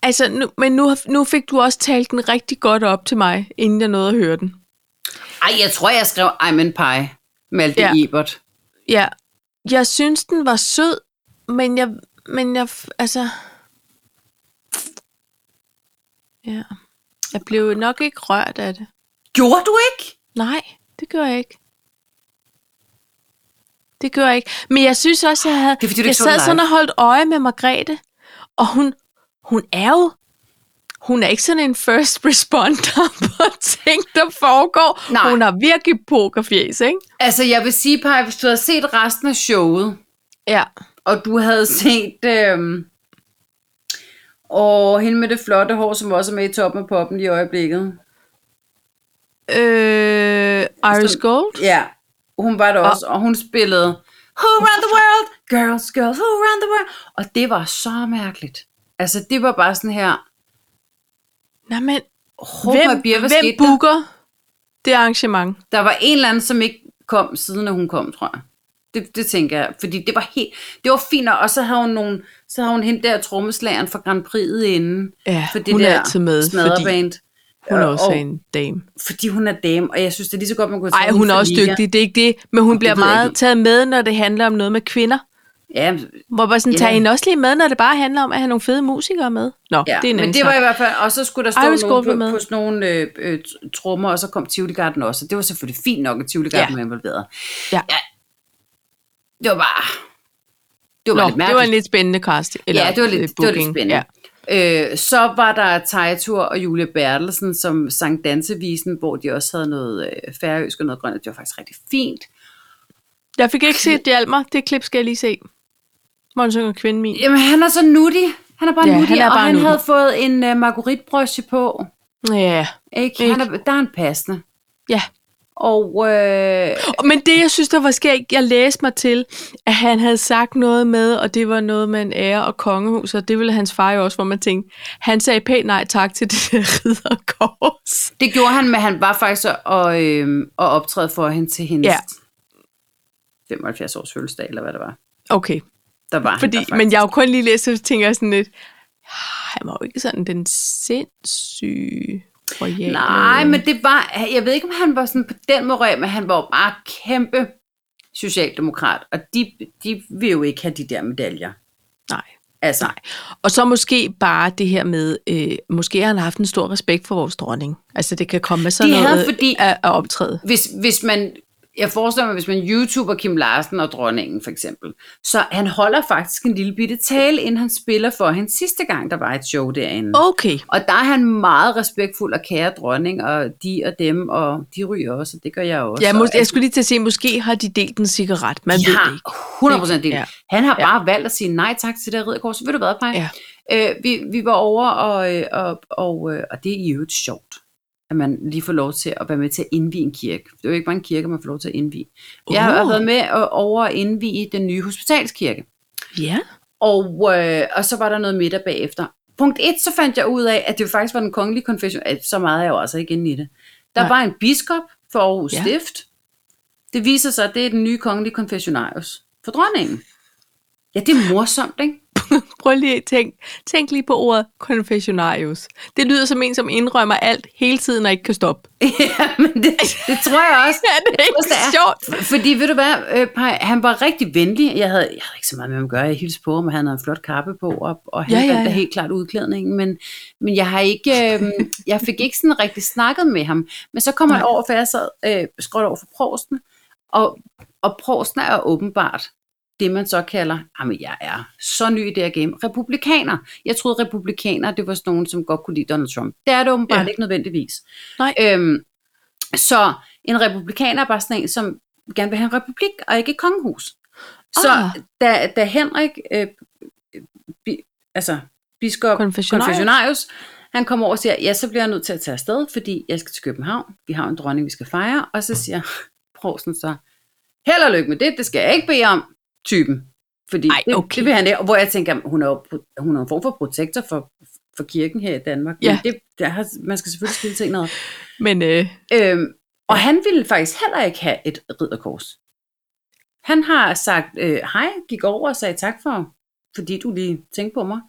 A: altså, nu, men nu, nu fik du også talt den rigtig godt op til mig, inden jeg nåede at høre den.
B: Ej, jeg tror, jeg skrev I'm in pie, Malte ja.
A: Ja.
B: Ebert.
A: Ja, jeg synes, den var sød, men jeg, men jeg, f- altså, ja, jeg blev nok ikke rørt af det.
B: Gjorde du ikke?
A: Nej, det gør jeg ikke. Det gør jeg ikke. Men jeg synes også, jeg havde,
B: Det er, fordi du ikke
A: jeg
B: så den
A: sad
B: live.
A: sådan og holdt øje med Margrethe, og hun, hun er jo, hun er ikke sådan en first responder på ting, der foregår.
B: Nej.
A: Hun har virkelig pokerfjes, ikke?
B: Altså, jeg vil sige, Paj, hvis du havde set resten af showet,
A: Ja.
B: og du havde set... Øh, og hende med det flotte hår, som også er med i toppen af poppen lige i øjeblikket.
A: Øh,
B: Altså,
A: Iris Gold?
B: Ja, hun var der også, og, hun spillede Who Run the World? Girls, girls, who run the world? Og det var så mærkeligt. Altså, det var bare sådan her,
A: Nej, men
B: "Hov,
A: hvem,
B: hvad bliver- hvad
A: hvem
B: skete der?"
A: booker det arrangement?
B: Der var en eller anden, som ikke kom, siden at hun kom, tror jeg. Det, det tænker jeg, fordi det var helt, det var fint, og så havde hun nogle, så havde hun hende der trommeslageren fra Grand Prix'et inden.
A: Ja,
B: for det
A: hun er
B: der
A: altid med, fordi
B: smadreband.
A: Hun er
B: Og-
A: også
B: og-
A: en dame.
B: Fordi hun er dame, og jeg synes, det er lige så godt, man kunne tage
A: Nej, hun
B: hende
A: er
B: fra
A: også
B: Liga.
A: dygtig, det er ikke det. Men hun bliver
B: ved jeg
A: meget
B: ikke.
A: taget med, når det handler om noget med kvinder.
B: Ja,
A: Hvor man sådan,
B: Ja.
A: tager I hende også lige med, når det bare handler om at have nogle fede musikere med? Nå,
B: ja.
A: det er en
B: men
A: anden
B: det var
A: snak.
B: i hvert fald, og så skulle der stå
A: Irish
B: nogen
A: Gold var
B: på,
A: med.
B: på sådan nogle øh, øh, trommer, og så kom Tivoli Garden også, og det var selvfølgelig fint nok, at Tivoli Garden ja. var involveret.
A: Ja.
B: Det var bare, det var bare lidt
A: Nå, det var en
B: mærkeligt.
A: lidt spændende cast. Eller,
B: ja, det var
A: øh,
B: lidt, det var lidt
A: booking.
B: spændende. Ja. Øh, så var der Tejtur og Julia Bertelsen, som sang Dansevisen, hvor de også havde noget øh, færøsk og noget grønt, og det var faktisk rigtig fint.
A: Jeg fik ikke set Hjalmar. Det klip skal jeg lige se. Hvor han synger kvinden min.
B: Jamen, han er så nuttig. Han er bare
A: Ja,
B: ja, nuttig,
A: han er
B: og
A: bare
B: han
A: nuttig.
B: havde fået en øh, margueritebrosje på.
A: Ja.
B: Ikke? Han er, der er en passende.
A: ja.
B: Og øh,
A: Men det, jeg synes, der var skægt, jeg læste mig til, at han havde sagt noget med, og det var noget med en ære og kongehus, og det ville hans far jo også, hvor man tænkte, han sagde pænt nej tak til det der ridderkors.
B: det gjorde han, men han var faktisk at, og, øh, at optræde for hende til hendes
A: Ja.
B: ja. 75 års fødselsdag, eller hvad det var.
A: Okay,
B: Der var
A: fordi,
B: han der
A: men
B: faktisk.
A: jeg har jo kun lige læst, så tænker jeg sådan lidt, "Ah, han var jo ikke sådan den sindssyge royale.
B: Nej, men det var, jeg ved ikke, om han var sådan på den måde, royal, men han var jo bare kæmpe socialdemokrat, og de, de vil jo ikke have de der medaljer.
A: Nej.
B: Altså,
A: Nej. Og så måske bare det her med, øh, måske har han haft en stor respekt for vores dronning. Altså det kan komme med sådan
B: Det havde,
A: noget
B: fordi-
A: at, at optræde.
B: hvis, hvis man, jeg forestiller mig, hvis man YouTuber Kim Larsen og dronningen for eksempel, så han holder faktisk en lille bitte tale, inden han spiller for hende sidste gang, der var et show derinde.
A: Okay,
B: Og der er han meget respektfuld og kære dronning, og de og dem, og de ryger også, og det gør jeg også.
A: ja,
B: og
A: mås- jeg skulle lige til at sige, måske har de delt en cigaret, man
B: de
A: ved
B: har
A: det ikke.
B: 100% del.
A: Ja.
B: Ja. Han har bare valgt at sige nej tak til det her ridderkors. Ved du hvad, Paj?
A: Ja.
B: Øh, vi, vi var over, og, øh, og, og, øh, og det er i øvrigt sjovt, at man lige får lov til at være med til at indvige en kirke. Det er jo ikke bare en kirke, man får lov til at indvige. Jeg har
A: Uh.
B: været med øh, over at indvige den nye hospitalskirke.
A: Ja,
B: Og, øh, og så var der noget middag bagefter. Punkt 1, så fandt jeg ud af, at det jo faktisk var den kongelige konfession. Eh, Så meget er jeg jo altså ikke inde i det. Der
A: Nej.
B: Nej. var en biskop for Aarhus
A: Ja.
B: ja. Stift. Det viser sig, at det er den nye kongelige konfessionarius for dronningen. Ja, det er morsomt, ikke?
A: prøv lige at tænk, tænk lige på ordet confessionarius. Det lyder som en, som indrømmer alt hele tiden og ikke kan stoppe.
B: ja, men det, det tror jeg også.
A: Er det ikke
B: det er.
A: sjovt?
B: Fordi ved du hvad, øh, Paj, han var rigtig venlig. Jeg havde, jeg havde ikke så meget med ham at gøre. Jeg hilste på ham, og han havde en flot kappe på, og, og han
A: Ja,
B: ja,
A: ja,
B: ja,
A: ja.
B: helt klart udklædningen. Men, men jeg, har ikke, øh, jeg fik ikke sådan rigtig snakket med ham. Men så kom han over, for jeg sad øh, skråt over for prosten, og, og prosten er åbenbart det, man så kalder, jamen jeg er så ny i det her game, republikaner. Jeg troede, republikaner, det var sådan nogen, som godt kunne lide Donald Trump. Det er det åbenbart
A: Ja.
B: ja. ikke nødvendigvis.
A: Nej.
B: Øhm, så en republikaner er bare sådan en, som gerne vil have en republik, og ikke et kongehus. Så
A: Ah.
B: da, da Henrik, øh, bi, altså biskop
A: Konfessionarius.
B: konfessionarius, han kommer over og siger, ja, så bliver jeg nødt til at tage afsted, fordi jeg skal til København, vi har en dronning, vi skal fejre, og så siger Prosen så, held og lykke med det, det skal jeg ikke bede om, typen. Fordi
A: Ej,
B: det,
A: okay.
B: det vil han det, hvor jeg tænker, jamen, hun er, jo pro- hun er en form for protektor for, for kirken her i Danmark. Men
A: Ja.
B: det, der har, man skal selvfølgelig skille ting noget.
A: Men øh,
B: Øhm, og han ville faktisk heller ikke have et ridderkors. Han har sagt, øh, hej, gik over og sagde tak for, fordi du lige tænkte på mig,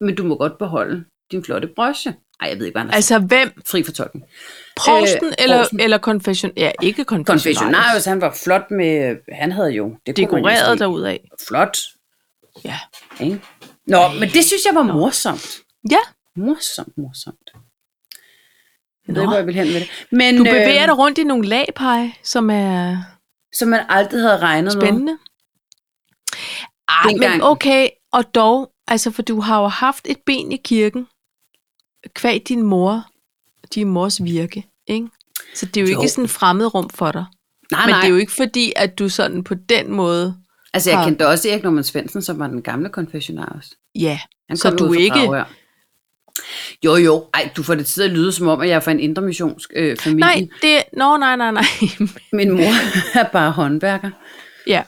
B: men du må godt beholde din flotte brosje. Ej, jeg ved ikke, hvad han har
A: altså hvem?
B: sagt. Fri for tolken.
A: Prosten øh,
B: Øh,
A: eller,
B: provsten.
A: eller konfession? Ja, ikke konfessionarius.
B: Konfessionarius, han var flot med, han havde jo det
A: Dekoreret derudad.
B: Flot.
A: Ja.
B: Ikke? Nå, men det synes jeg var morsomt.
A: Ja,
B: Morsomt, morsomt.
A: Nå.
B: Jeg ved ikke, hvor jeg vil hen med det. Men,
A: du bevæger
B: øh,
A: dig rundt i nogle lagpege, som er
B: Som man aldrig havde regnet med.
A: Spændende. Ej, men
B: Dengang.
A: okay, og dog, altså for du har jo haft et ben i kirken, kvad din mor, din mors virke, ikke? Så det er jo, jo.
B: Jo.
A: ikke sådan et fremmed rum for dig.
B: Nej,
A: Ah, men
B: nej.
A: det er jo ikke fordi, at du sådan på den måde,
B: Altså, jeg
A: Har-
B: kendte også Erik Norman Svendsen, som var den gamle konfessionarius.
A: ja,
B: Han
A: så
B: kom
A: du
B: ud fra
A: ikke...
B: Dragør. Jo, jo. Ej, du får det til at lyde som om, at jeg er fra en indre missionsk øh, familie.
A: Nej, det... Nå, nej, nej, nej.
B: Min mor er bare håndværker.
A: ja,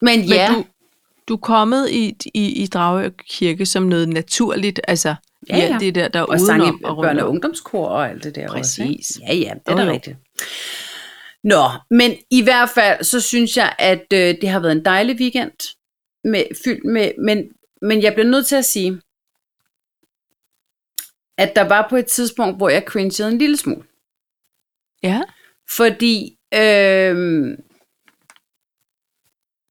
B: Men
A: men
B: ja,
A: du, du er kommet i, i, i Dragør Kirke som noget naturligt, altså ja,
B: Ja,
A: ja.
B: ja.
A: det der, der er
B: og sang i
A: udenom og rundt
B: børne- og
A: om.
B: ungdomskor og alt det der også. ikke?
A: Præcis.
B: Ja, ja, det er
A: Jo,
B: da
A: jo.
B: rigtigt. Nå, men i hvert fald, så synes jeg, at øh, det har været en dejlig weekend. Med, fyldt med, men, men jeg bliver nødt til at sige, at der var på et tidspunkt, hvor jeg cringede en lille smule.
A: Ja,
B: Fordi øh, øhm,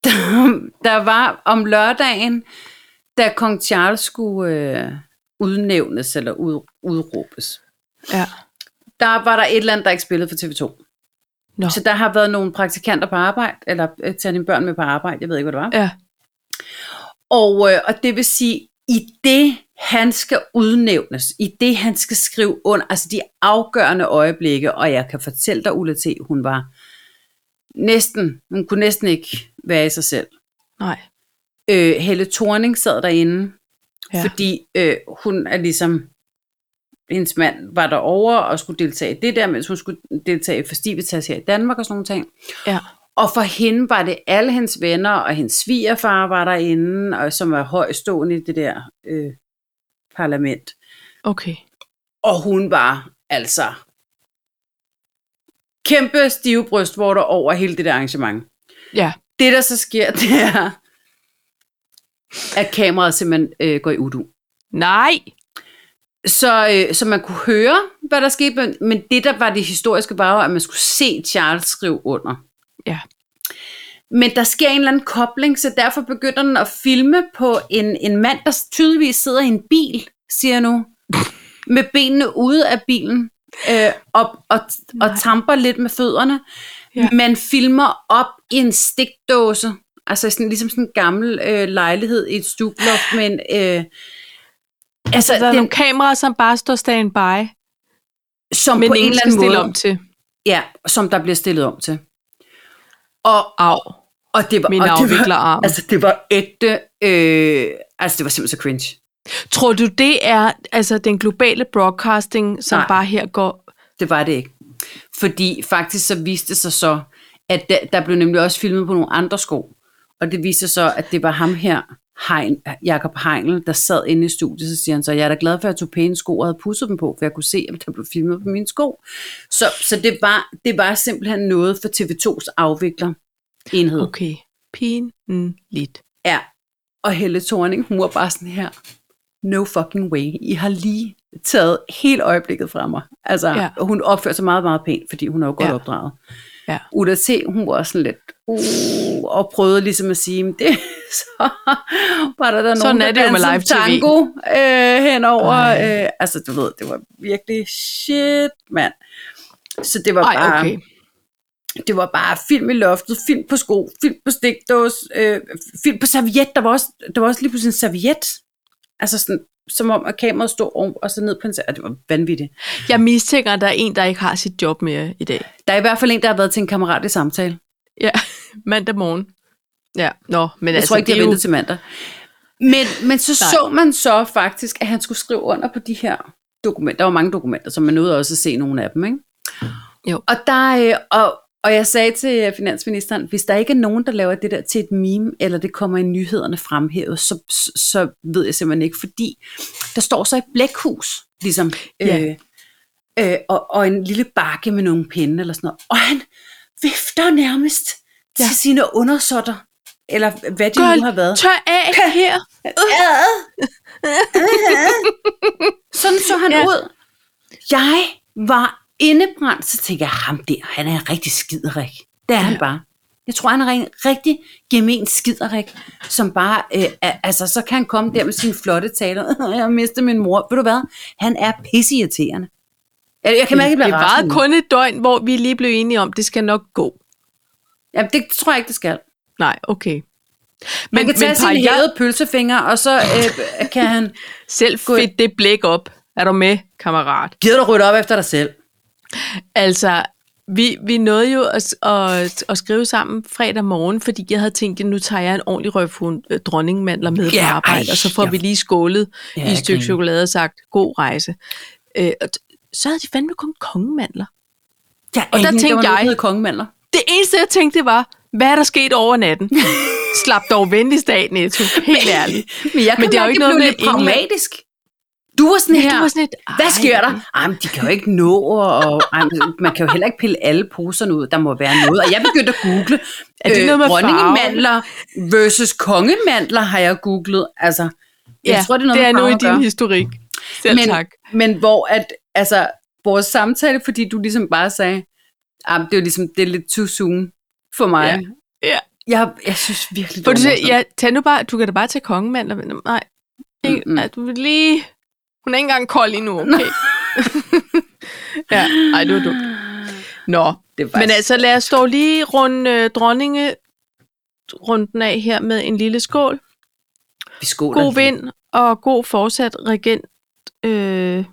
B: der, der var om lørdagen, da kong Charles skulle øh, udnævnes eller ud, udråbes.
A: Ja.
B: Der var der et eller andet, der ikke spillede for TV2.
A: Nå.
B: Så der har været nogle praktikanter på arbejde, eller øh, tage dine børn med på arbejde, jeg ved ikke, hvad det var.
A: Ja.
B: Og, øh, og det vil sige, i det han skal udnævnes, i det han skal skrive under, altså de afgørende øjeblikke, og jeg kan fortælle dig, Ulla T., hun var næsten, hun kunne næsten ikke være i sig selv.
A: Nej.
B: Øh, Helle Thorning sad derinde, ja.
A: Ja.
B: fordi øh, hun er ligesom, hendes mand var derovre og skulle deltage i det der, mens hun skulle deltage i festivitas her i Danmark og sådan nogle ting.
A: Ja.
B: Og for hende var det alle hendes venner, og hendes svigerfar var derinde, og som var højstående i det der øh, parlament.
A: Okay.
B: Og hun var altså kæmpe stive brystvorter over hele det der arrangement.
A: Ja.
B: Det, der så sker, det er, at kameraet simpelthen øh, går i udu.
A: Nej.
B: Så, øh, så man kunne høre, hvad der skete, men, men det, der var det historiske, var jo, at man skulle se Charles skrive under.
A: Ja.
B: Men der sker en eller anden kobling, så derfor begynder den at filme på en, en mand, der tydeligvis sidder i en bil, siger jeg nu, med benene ude af bilen øh, og, og, og
A: Nej.
B: tamper lidt med fødderne. Ja.
A: Ja.
B: Man filmer op i en stikdåse, altså sådan, ligesom sådan en gammel øh, lejlighed i et stueloft, men... Øh, altså,
A: Der er
B: den,
A: nogle kameraer, som bare står standby,
B: som
A: men
B: på en
A: ingen
B: eller
A: skal
B: anden
A: stille
B: måde,
A: om til.
B: Ja, som der bliver stillet om til. Og,
A: Au,
B: og det var,
A: min
B: og det var,
A: afviklerarm. Altså,
B: altså, det var ægte, øh, altså det var simpelthen så cringe.
A: Tror du, det er altså, den globale broadcasting, som
B: Nej.
A: Nej. bare her går...
B: Det var det ikke. Fordi faktisk så viste det sig så, at der, der blev nemlig også filmet på nogle andre sko. Og det viste sig så, at det var ham her, Hein, Jakob Heinl, der sad inde i studiet, så siger han så, jeg er da glad for, at jeg tog pæne sko og havde pudset dem på, for jeg kunne se, at der blev filmet på mine sko. Så, så det, var, det var simpelthen noget for TV2's afvikler enhed.
A: Okay, pinligt.
B: Ja. Og Helle Thorning, hun var bare sådan her, no fucking way, I har lige taget helt øjeblikket fra mig. Altså, ja.
A: Ja.
B: hun opfører sig meget, meget pænt, fordi hun er jo godt ja.
A: Ja.
B: opdraget.
A: Ja.
B: Ulla T, hun var også sådan lidt, uh, og prøvede ligesom at sige, "Men det, så var der, der
A: Sådan
B: nogen,
A: er
B: der
A: det jo med
B: dansede
A: live-tv.
B: tango øh, henover.
A: Ej.
B: Øh, altså, du ved, det var virkelig shit, mand. Så det var
A: Ej,
B: bare
A: okay.
B: det var bare film i loftet, film på sko, film på stikdås, øh, film på serviet. Der var, også, der var også lige pludselig en serviet. Altså sådan, som om at kameraet stod oven, og så ned på en ser- og Det var vanvittigt.
A: Jeg mistænker, at der er en, der ikke har sit job mere i dag.
B: Der er i hvert fald en, der har været til en kammerat i samtale. Jeg
A: Ja, mandag morgen. Ja, nå, men
B: altså,
A: altså,
B: tror ikke, de
A: det
B: har
A: er jo...
B: ventet til mandag. Men, men så
A: Nej.
B: så man så faktisk, at han skulle skrive under på de her dokumenter. Der var mange dokumenter, så man nåede også at se nogle af dem. Ikke?
A: Jo.
B: Og, der, øh, og, og jeg sagde til øh, finansministeren, hvis der ikke er nogen, der laver det der til et meme, eller det kommer i nyhederne fremhævet, så, så, så ved jeg simpelthen ikke, fordi der står så et blækhus, ligesom,
A: Ja.
B: øh, øh, og, og en lille bakke med nogle pinde eller sådan noget. Og han vifter nærmest ja.
A: Ja.
B: til sine undersåtter, eller hvad de
A: Gør-
B: nu har været.
A: Tør af her!
B: Sådan så han ja.
A: Ja.
B: ud. Jeg var indebrændt, så tænkte jeg, ham der, han er en rigtig skiderik. Det er han bare. Jeg tror, han er en rigtig gemen skiderik, som bare, øh, er- altså, så kan han komme der med sine flotte taler. jeg mistede min mor. Ved du hvad? Han er pisseirriterende. Jeg, jeg kan mærke, at
A: det
B: jeg bliver rasende
A: varede kun
B: nu.
A: et døgn, hvor vi lige blev enige om, det skal nok gå.
B: Jamen, det tror jeg ikke, det skal.
A: Nej, okay.
B: Men, han kan tage
A: Paj,
B: sine
A: jeg-
B: hævede pølsefinger, og så øh, kan han...
A: Selv fedt det blik op. Er du med, kammerat?
B: Gider du rydde op efter dig selv?
A: Altså, vi, vi nåede jo at, at, at skrive sammen fredag morgen, fordi jeg havde tænkt, at nu tager jeg en ordentlig røvfuld øh, dronningmandler med på
B: Ja,
A: arbejde,
B: ej,
A: og så får
B: ja.
A: vi lige skålet
B: Ja,
A: i
B: jeg
A: et stykke
B: griner.
A: chokolade og sagt, god rejse. Øh, og t- så havde de fandme kun kongemandler.
B: Ja,
A: Og der tænkte jeg-
B: kongemandler.
A: Det eneste, jeg tænkte, det var, hvad er der sket over natten? Slap dog venligst af, Netto. Helt ærligt.
B: Men jeg kan
A: Men det er jo
B: mærke,
A: ikke noget
B: det blev
A: med
B: lidt
A: England.
B: pragmatisk. Du var sådan
A: Ja,
B: her,
A: du var sådan lidt,
B: hvad
A: ej,
B: sker der? Ej, men de kan jo ikke nå, og, og ej, men man kan jo heller ikke pille alle poserne ud. Der må være noget. Og jeg begyndte at google øh,
A: Er det noget med
B: dronningemandler versus kongemandler, har jeg googlet. Altså, jeg
A: ja,
B: tror, det er noget
A: det er
B: med
A: nu
B: farve
A: i
B: at gøre.
A: din historik. Selv
B: men,
A: tak.
B: Men hvor at, altså, vores samtale, fordi du ligesom bare sagde, ah, men det er jo ligesom, det er lidt too soon for mig.
A: Ja.
B: Jeg, jeg synes virkelig,
A: For du
B: var
A: siger, ja, tag nu bare, du kan da bare tage kongemand. Eller, nej, ikke,
B: Mm, mm.
A: nej, du vil lige... Hun er ikke engang kold endnu, okay? ja, ej, det var dumt.
B: morsomt.
A: Nå,
B: Det var
A: men altså lad os dog lige runde øh, dronninge runden af her med en lille skål.
B: vi skoler
A: God
B: lige.
A: vind og god fortsat regent øh,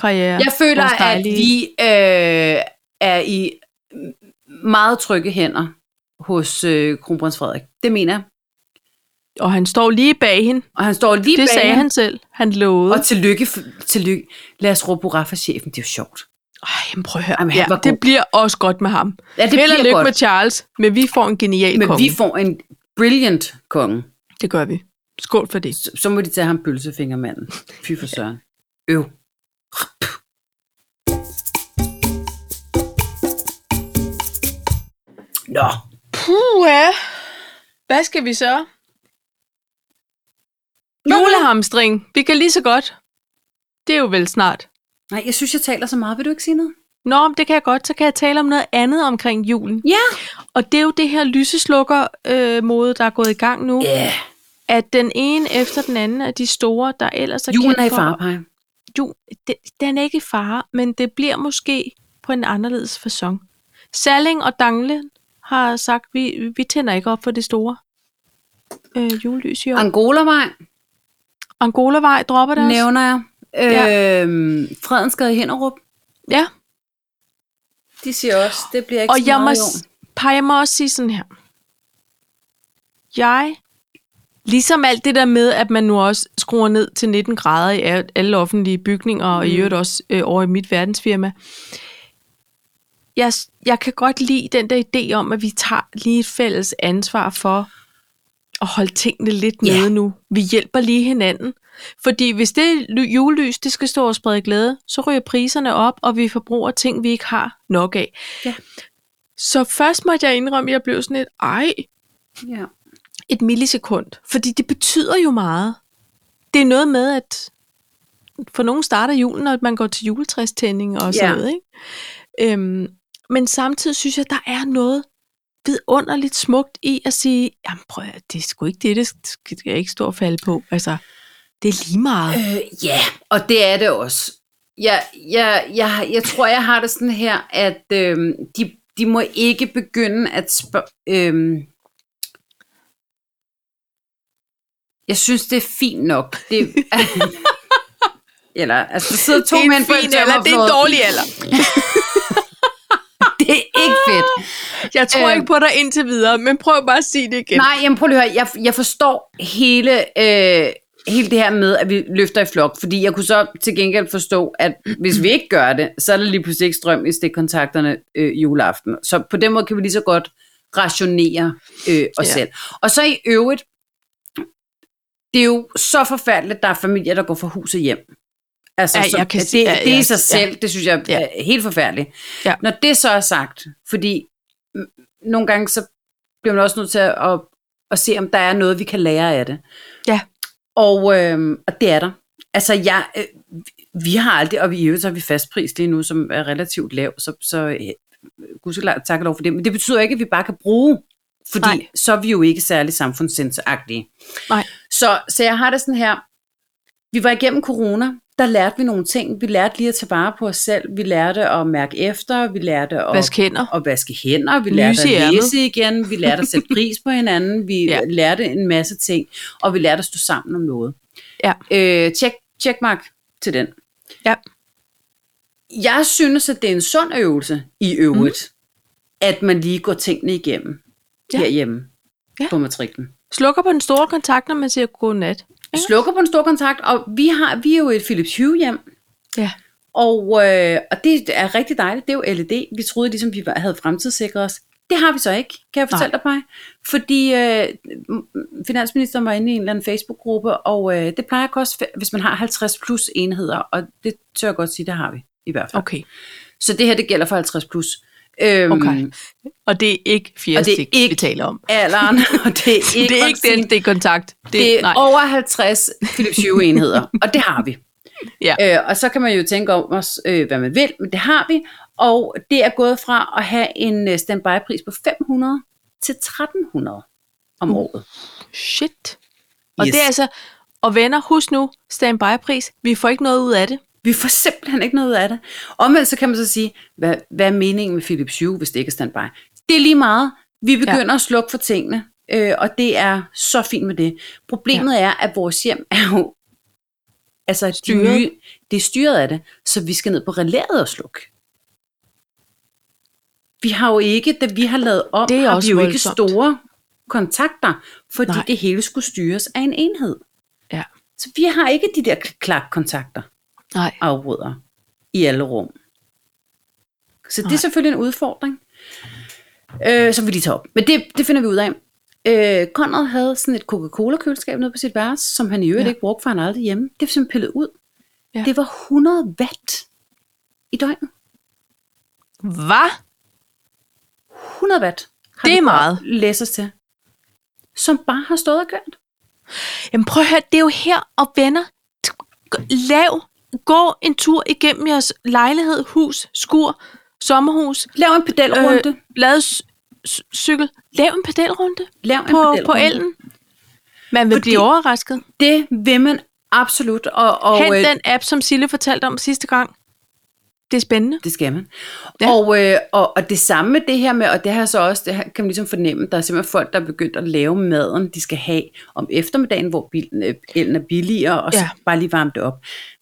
A: karriere.
B: Jeg føler,
A: Vores
B: at
A: dejlige-
B: vi øh, er i meget trygge hænder hos øh, kronprins Frederik. Det mener jeg.
A: Og han står lige bag hende.
B: Og han står lige
A: Det
B: bag
A: sagde
B: hende.
A: han selv. Han lovede.
B: Og tillykke, f- tillykke. Lad os råbe hurra for chefen, det er jo sjovt.
A: Ej, men prøv at høre.
B: Jamen, han
A: ja,
B: var god.
A: det bliver også godt med ham.
B: Ja, det
A: Held og
B: bliver
A: lykke
B: godt,
A: med Charles, men vi får en genial
B: men
A: konge.
B: vi får en brilliant konge.
A: Det gør vi. Skål for det.
B: Så, så må de tage ham pølsefingermanden. Fy for søren. Øv. Nå,
A: Puha. Hvad skal vi så? Julehamstring. Vi kan lige så godt. Det er jo vel snart.
B: nej, jeg synes, jeg taler så meget. Vil du ikke sige noget?
A: Nå, men det kan jeg godt. Så kan jeg tale om noget andet omkring julen.
B: Ja.
A: Og det er jo det her lyseslukker-mode, der er gået i gang nu.
B: Ja, yeah.
A: At den ene efter den anden af de store, der ellers er
B: julen
A: kendt
B: er i
A: for-
B: farpege.
A: jo, det, den er ikke i fare, men det bliver måske på en anderledes façon. Salling og Dangle har sagt, vi, vi tænder ikke op for det store øh, julelys i år.
B: Angolavej
A: Angolavej dropper deres.
B: nævner jeg.
A: Ja.
B: Øhm, Fredensgade i Hinderup.
A: Ja,
B: De siger også, det bliver ikke
A: og jeg må,
B: i år.
A: s- par, jeg må også sige sådan her. Jeg, ligesom alt det der med, at man nu også skruer ned til 19 grader i al- alle offentlige bygninger, og
B: Mm.
A: i øvrigt også øh, over i mit verdensfirma, jeg, s- jeg kan godt lide den der idé om, at vi tager lige et fælles ansvar for at holde tingene lidt
B: Ja.
A: nede nu. Vi hjælper lige hinanden. Fordi hvis det ly- julelys, det skal stå og sprede glæde, så ryger priserne op, og vi forbruger ting, vi ikke har nok af.
B: Ja.
A: Så først måtte jeg indrømme, at jeg blev sådan et, ej,
B: Ja.
A: et millisekund. Fordi det betyder jo meget. Det er noget med, at for nogen starter julen, og at man går til juletræstænding og sådan
B: Ja.
A: noget. Ikke? Øhm, men samtidig synes jeg, at der er noget vidunderligt smukt i at sige, jamen prøv at, høre, det er sgu ikke det, det skal jeg ikke stå og falde på. Altså, det er lige meget.
B: Øh, ja, og det er det også. Jeg, jeg, jeg, jeg tror, jeg har det sådan her, at øhm, de, de må ikke begynde at spørge... Øhm, jeg synes, det er fint nok. Det, eller, altså, der sidder to
A: det er en
B: mænd på en
A: fin alder, det er en
B: tømmerflåde.
A: dårlig alder.
B: Det er ikke fedt.
A: Jeg tror
B: Øh.
A: ikke på dig indtil videre, men prøv bare at sige det igen.
B: Nej, jamen prøv lige at høre, jeg, jeg forstår hele, øh, hele det her med, at vi løfter i flok, fordi jeg kunne så til gengæld forstå, at hvis vi ikke gør det, så er der lige pludselig ikke strøm i stikkontakterne øh, juleaften. Så på den måde kan vi lige så godt rationere øh, os
A: Ja.
B: ja. selv. Og så i øvrigt, det er jo så forfærdeligt, at der er familier, der går fra hus og hjem. Altså,
A: Ja,
B: som-
A: jeg kan
B: det,
A: se- ja,
B: det
A: ja,
B: i sig
A: ja.
B: selv, det synes jeg
A: Ja.
B: er helt forfærdeligt.
A: Ja.
B: Når det så er sagt, fordi mm, nogle gange så bliver man også nødt til at, at, at se, om der er noget, vi kan lære af det.
A: Ja.
B: Og, øh, og det er der. Altså, jeg, øh, vi har aldrig, og i øvrigt så har vi fastpris lige nu, som er relativt lav, så, så øh, gudskelov, tak og lov for det. Men det betyder ikke, at vi bare kan bruge, fordi
A: Nej.
B: Nej. så er vi jo ikke særlig samfundssindsagtige.
A: Nej.
B: Så, så jeg har det sådan her, vi var igennem corona, der lærte vi nogle ting. Vi lærte lige at tage vare på os selv. Vi lærte at mærke efter. Vi lærte at
A: Vask hænder.
B: at vaske hænder, vi
A: Nyse
B: lærte
A: i
B: at
A: ærmet.
B: læse igen, vi lærte at sætte pris på hinanden, vi
A: Ja.
B: ja. lærte en masse ting, og vi lærte at stå sammen om noget.
A: Ja.
B: Øh, check, checkmark til den.
A: Ja.
B: Jeg synes, at det er en sund øvelse i øvrigt, mm. at man lige går tingene igennem
A: Ja.
B: ja. herhjemme
A: Ja.
B: ja. på matriklen.
A: Slukker på den store kontakt, når man siger godnat. Ja.
B: Slukker på en stor kontakt, og vi, har, vi er jo et Philips Hue hjem,
A: Ja.
B: og, øh, og det er rigtig dejligt. Det er jo LED. Vi troede ligesom, vi var- havde fremtidssikret os. Det har vi så ikke, kan jeg fortælle dig, Paj. Fordi øh, m- finansministeren var inde i en eller anden Facebook-gruppe, og øh, det plejer at koste, fe- hvis man har 50 plus enheder, og det tør jeg godt sige, det har vi i hvert fald. Okay.
A: Okay.
B: Så det her, det gælder for 50 plus. Øhm,
A: Okay. Og det er ikke
B: Og det er
A: fjerdestik,
B: ikke-
A: vi taler om.
B: Alderen, og det er ikke,
A: Ikke det er ikke
B: vaccinen.
A: den, det er kontakt. Det,
B: Det er
A: nej.
B: over 50 Philips Hue enheder, og det har vi.
A: Ja.
B: Øh, og så kan man jo tænke om os, øh, hvad man vil, men det har vi. Og det er gået fra at have en øh, standby-pris på 500 til 1300 om året.
A: Shit. Og
B: Yes.
A: yes. det er altså, og venner, husk nu, standby-pris. Vi får ikke noget ud af det.
B: Vi får simpelthen ikke noget ud af det. Omvendt så kan man så sige, hvad, hvad er meningen med Philips Hue, hvis det ikke er standby? Det er lige meget. Vi begynder ja. at slukke for tingene, øh, og det er så fint med det. Problemet ja. er, at vores hjem er jo altså styret.
A: Styret.
B: De nye, det er styret af det, så vi skal ned på relæret og slukke. Vi har jo ikke, da vi har lavet om,
A: Det er
B: har
A: også
B: vi jo
A: voldsomt.
B: ikke store kontakter, fordi Nej.
A: Nej.
B: det hele skulle styres af en enhed.
A: Ja.
B: Så vi har ikke de der klap-kontakter
A: Nej.
B: afbryder i alle rum. Så det er
A: Nej.
B: selvfølgelig en udfordring, øh, som vi lige tager op. Men det, det finder vi ud af. Øh, Conrad havde sådan et Coca-Cola-køleskab nede på sit værelse, som han i øvrigt ja.
A: Ja.
B: ikke brugte, for han aldrig hjemme. Det var simpelthen pillet ud. Ja.
A: Ja.
B: Det var 100 watt i døgnet.
A: Hvad?
B: 100 watt. Har
A: Det
B: vi
A: er
B: kunnet
A: meget.
B: Læse os til. Som bare har stået og kørt.
A: Jamen prøv at høre, det er jo her, og venner, lav, gå en tur igennem jeres lejlighed, hus, skur, sommerhus,
B: Lav en pedalrunde. Øh,
A: lad cykel, lav en pedalrunde
B: Lav en
A: på,
B: pedalrunde.
A: på elen. Man vil
B: Fordi-
A: Fordi... blive overrasket.
B: Det vil man absolut. Og, og,
A: Hent
B: øh,
A: den app, som Sille fortalte om sidste gang. Det er spændende.
B: Det skal man. Ja.
A: Ja.
B: Og, øh, og, og det samme med det her med, og det har jeg så også, det her, kan man ligesom fornemme, der er simpelthen folk, der er begyndt at lave maden, de skal have om eftermiddagen, hvor bilen, øh, elen er billigere, og ja.
A: Ja.
B: så bare lige varme det op.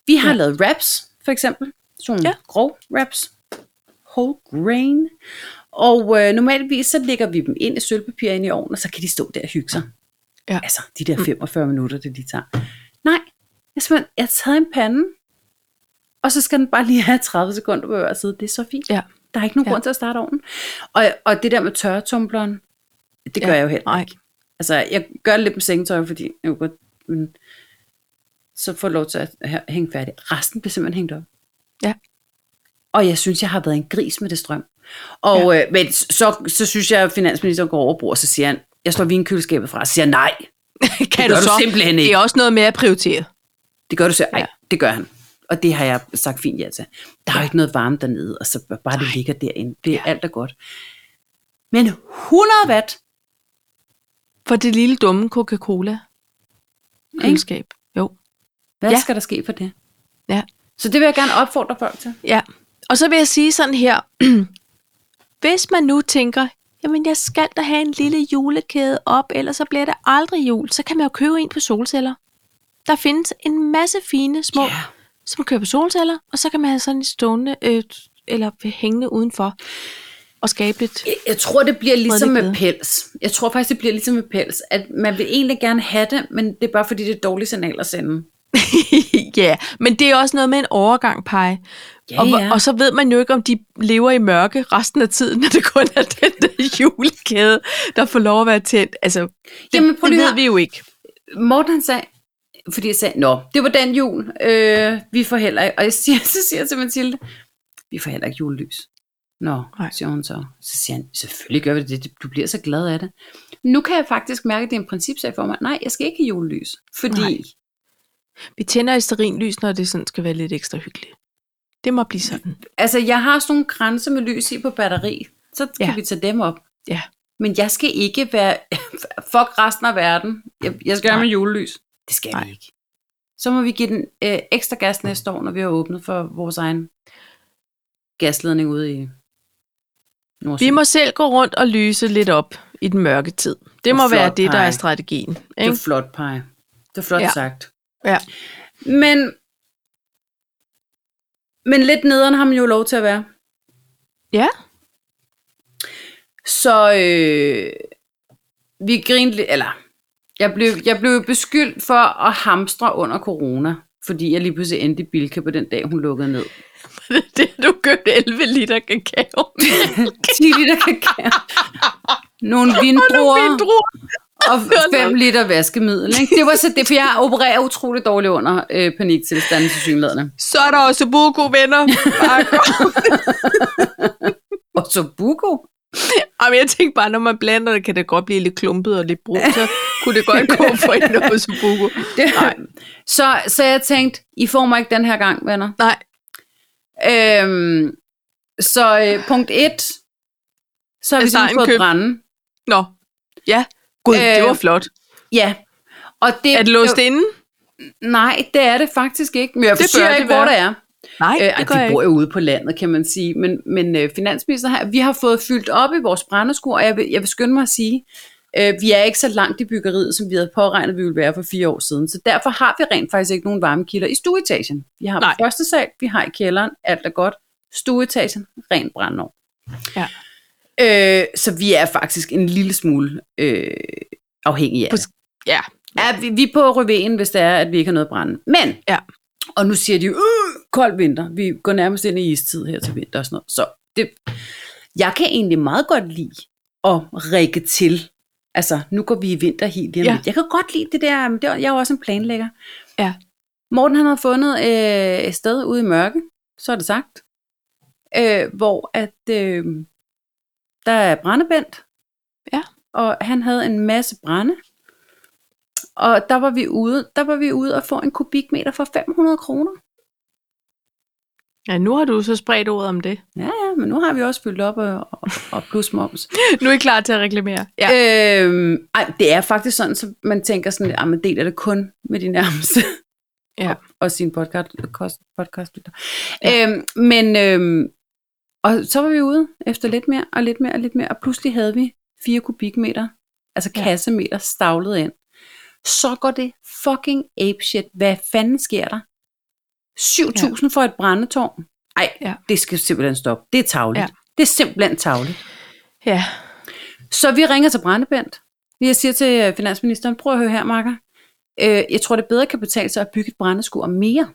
B: Vi har ja.
A: Ja.
B: lavet wraps, for eksempel. Sådan ja.
A: Ja.
B: grov wraps. Whole grain. Og øh, normalvis så lægger vi dem ind i sølvpapir ind i ovnen, og så kan de stå der og hygge sig.
A: Ja.
B: Altså, de der 45 mm. minutter, det de tager. Nej, jeg, simpelthen, jeg har taget en pande, og så skal den bare lige have 30 sekunder på hver side. Det er så fint.
A: Ja.
B: Der er ikke nogen ja.
A: Ja.
B: grund til at starte ovnen. Og, og det der med tørretumbleren, det gør
A: Ja,
B: jeg jo heller
A: nej.
B: ikke. Altså, jeg gør det lidt med sengetøj, fordi jeg jo godt, men så får jeg lov til at hæ- hænge færdig. Resten bliver simpelthen hængt op.
A: Ja.
B: Og jeg synes, jeg har været en gris med det strøm. Og, ja. øh, men så, så synes jeg, at finansministeren går over bord, og så siger han, jeg slår vinkøleskabet fra, og siger nej.
A: kan
B: gør du simpelthen ikke.
A: Det er også noget med at prioritere.
B: Det gør du selv. Ej, ja.
A: Ja.
B: det gør han. Og det har jeg sagt fint ja til. Der er jo ikke noget varme dernede, og så bare det ligger derinde. Det er alt er godt. Men 100 watt,
A: For det lille dumme Coca-Cola køleskab. Jo.
B: hvad ja.
A: Ja.
B: skal der ske for det?
A: Ja.
B: Så det vil jeg gerne opfordre folk til.
A: ja. Og så vil jeg sige sådan her. Hvis man nu tænker, jamen jeg skal da have en lille julekæde op, ellers så bliver det aldrig jul, så kan man jo købe en på solceller. Der findes en masse fine små,
B: Ja.
A: yeah. som køber solceller, og så kan man have sådan en stående øh, eller hængende udenfor og skabe lidt.
B: Jeg- Jeg tror, det bliver ligesom
A: lidt
B: med
A: ved.
B: pels. Jeg tror faktisk, det bliver ligesom med pels, at man vil egentlig gerne have det, men det er bare fordi, det er et dårligt signal at sende.
A: ja, yeah. men det er også noget med en overgang, pege.
B: Ja,
A: og, hvor-
B: ja.
A: og så ved man jo ikke, om de lever i mørke resten af tiden, når det kun er den der julekæde, der får lov at være tændt. Altså, det,
B: Jamen,
A: Jamen,
B: prøv
A: det
B: lige
A: ved
B: at-
A: vi jo ikke.
B: Morten han sagde, fordi jeg sagde, nå, det var den jul, øh, vi får heller ikke, og jeg siger, så siger jeg til Mathilde, vi får heller ikke julelys. Nå, Nej.
A: Nej.
B: siger hun så. Så siger han, selvfølgelig gør vi det, du bliver så glad af det. Nu kan jeg faktisk mærke, at det er en principsag for mig. Nej, jeg skal ikke have julelys, fordi
A: Nej. Vi tænder et sterinlys, når det sådan skal være lidt ekstra hyggeligt. Det må blive sådan.
B: altså, jeg har sådan nogle grænser med lys i på batteri, så kan
A: Ja.
B: vi tage dem op.
A: Ja.
B: Men jeg skal ikke være, fuck resten af verden, jeg, jeg skal have
A: Nej.
B: med julelys. Det skal
A: Nej.
B: vi ikke. Så må vi give den øh, ekstra gas næste år, når vi har åbnet for vores egen gasledning ude i Nordsjøen.
A: Vi må selv gå rundt og lyse lidt op i den mørke tid. Det
B: Og
A: må være
B: flot,
A: det, der
B: Paj.
A: er strategien.
B: Det er
A: Ikke?
B: flot, Paj. Det er flot ja.
A: Ja.
B: sagt.
A: Ja.
B: Men, men lidt nederen har man jo lov til at være.
A: Ja.
B: Så øh, vi grinede lidt, eller jeg blev, jeg blev beskyldt for at hamstre under corona, fordi jeg lige pludselig endte i Bilka på den dag, hun lukkede ned.
A: det du købte 11 liter kakao.
B: 10 liter kakao, nogle vindruer og
A: Hør
B: 5
A: nok.
B: liter vaskemiddel. Ikke? Det var så det, for jeg opererer utrolig dårligt under øh, paniktilstanden til synlæderne.
A: Så er der også Boko, venner. Bare kom.
B: Og så buko.
A: Jamen, jeg tænkte bare, når man blander det, kan det godt blive lidt klumpet og lidt brugt, så kunne det godt gå for en Osubuko.
B: Det, så, så jeg tænkte, I får mig ikke den her gang, venner.
A: Nej,
B: Øhm, så øh, punkt 1, så har vi
A: Altså,
B: simpelthen
A: en
B: fået
A: køb-
B: brænde.
A: Nå, ja. Gud, øh, det var
B: Øh,
A: flot.
B: Ja. Og det,
A: Er det låst inde?
B: Nej, det er det faktisk ikke. Men jeg
A: Det bør
B: forsøger
A: det
B: ikke, hvor
A: være.
B: det er.
A: Nej,
B: Øh, det vi bor jo ude på landet, kan man sige. Men, men øh, finansminister her, vi har fået fyldt op i vores brændeskur, og jeg vil, jeg vil skynde mig at sige, øh, vi er ikke så langt i byggeriet, som vi havde påregnet, vi ville være for fire år siden. Så derfor har vi rent faktisk ikke nogen varmekilder i stueetagen. Vi har
A: Nej.
B: Nej. første sal, vi har i kælderen, alt er godt. Stueetagen, ren brændeovn.
A: Ja.
B: Øh, så vi er faktisk en lille smule øh, afhængige af
A: På
B: det.
A: Ja,
B: Ja, vi, vi er på røven, hvis det er, at vi ikke har noget brænde. Men,
A: Ja.
B: og nu siger de, øh, kold vinter. Vi går nærmest ind i istid her til vinter og sådan noget. Så det, jeg kan egentlig meget godt lide at række til. Altså, nu går vi i vinter helt lige om
A: Ja.
B: lidt. Jeg kan godt lide det der, men det, er- jeg er jo også en planlægger.
A: Ja.
B: Morten han havde fundet øh, et sted ude i mørke, så er det sagt, øh, hvor at øh, der er brændebændt.
A: Ja.
B: Og han havde en masse brænde. Og der var vi ude, der var vi ude og få en kubikmeter for 500 kroner.
A: ja, nu har du så spredt ordet om det.
B: Ja, ja, men nu har vi også fyldt op og, og, og plus moms.
A: Nu er I klar til at reklamere. Ja, øh,
B: Ja. Øhm, ej, det er faktisk sådan, så man tænker sådan, "Ah, at man deler det kun med de nærmeste.
A: Ja.
B: Og, og sin podcast, kost- podcast
A: Ja.
B: ja. øhm, Men, øhm, og så var vi ude efter lidt mere, og lidt mere, og lidt mere, og pludselig havde vi 4 kubikmeter, altså
A: Ja.
B: kassemeter, stavlet ind. Så går det fucking apeshit. Hvad fanden sker der? 7.000 ja. for et brændetårn? Ej,
A: Ja.
B: ja. det skal simpelthen stoppe. Det er tavligt.
A: Ja.
B: Ja. Det er simpelthen tavligt.
A: ja.
B: Så vi ringer til Brandebent. Vi siger til øh, finansministeren, prøv at høre her, Marker. Øh, jeg tror, det bedre kan betale sig at bygge et brændeskur mere.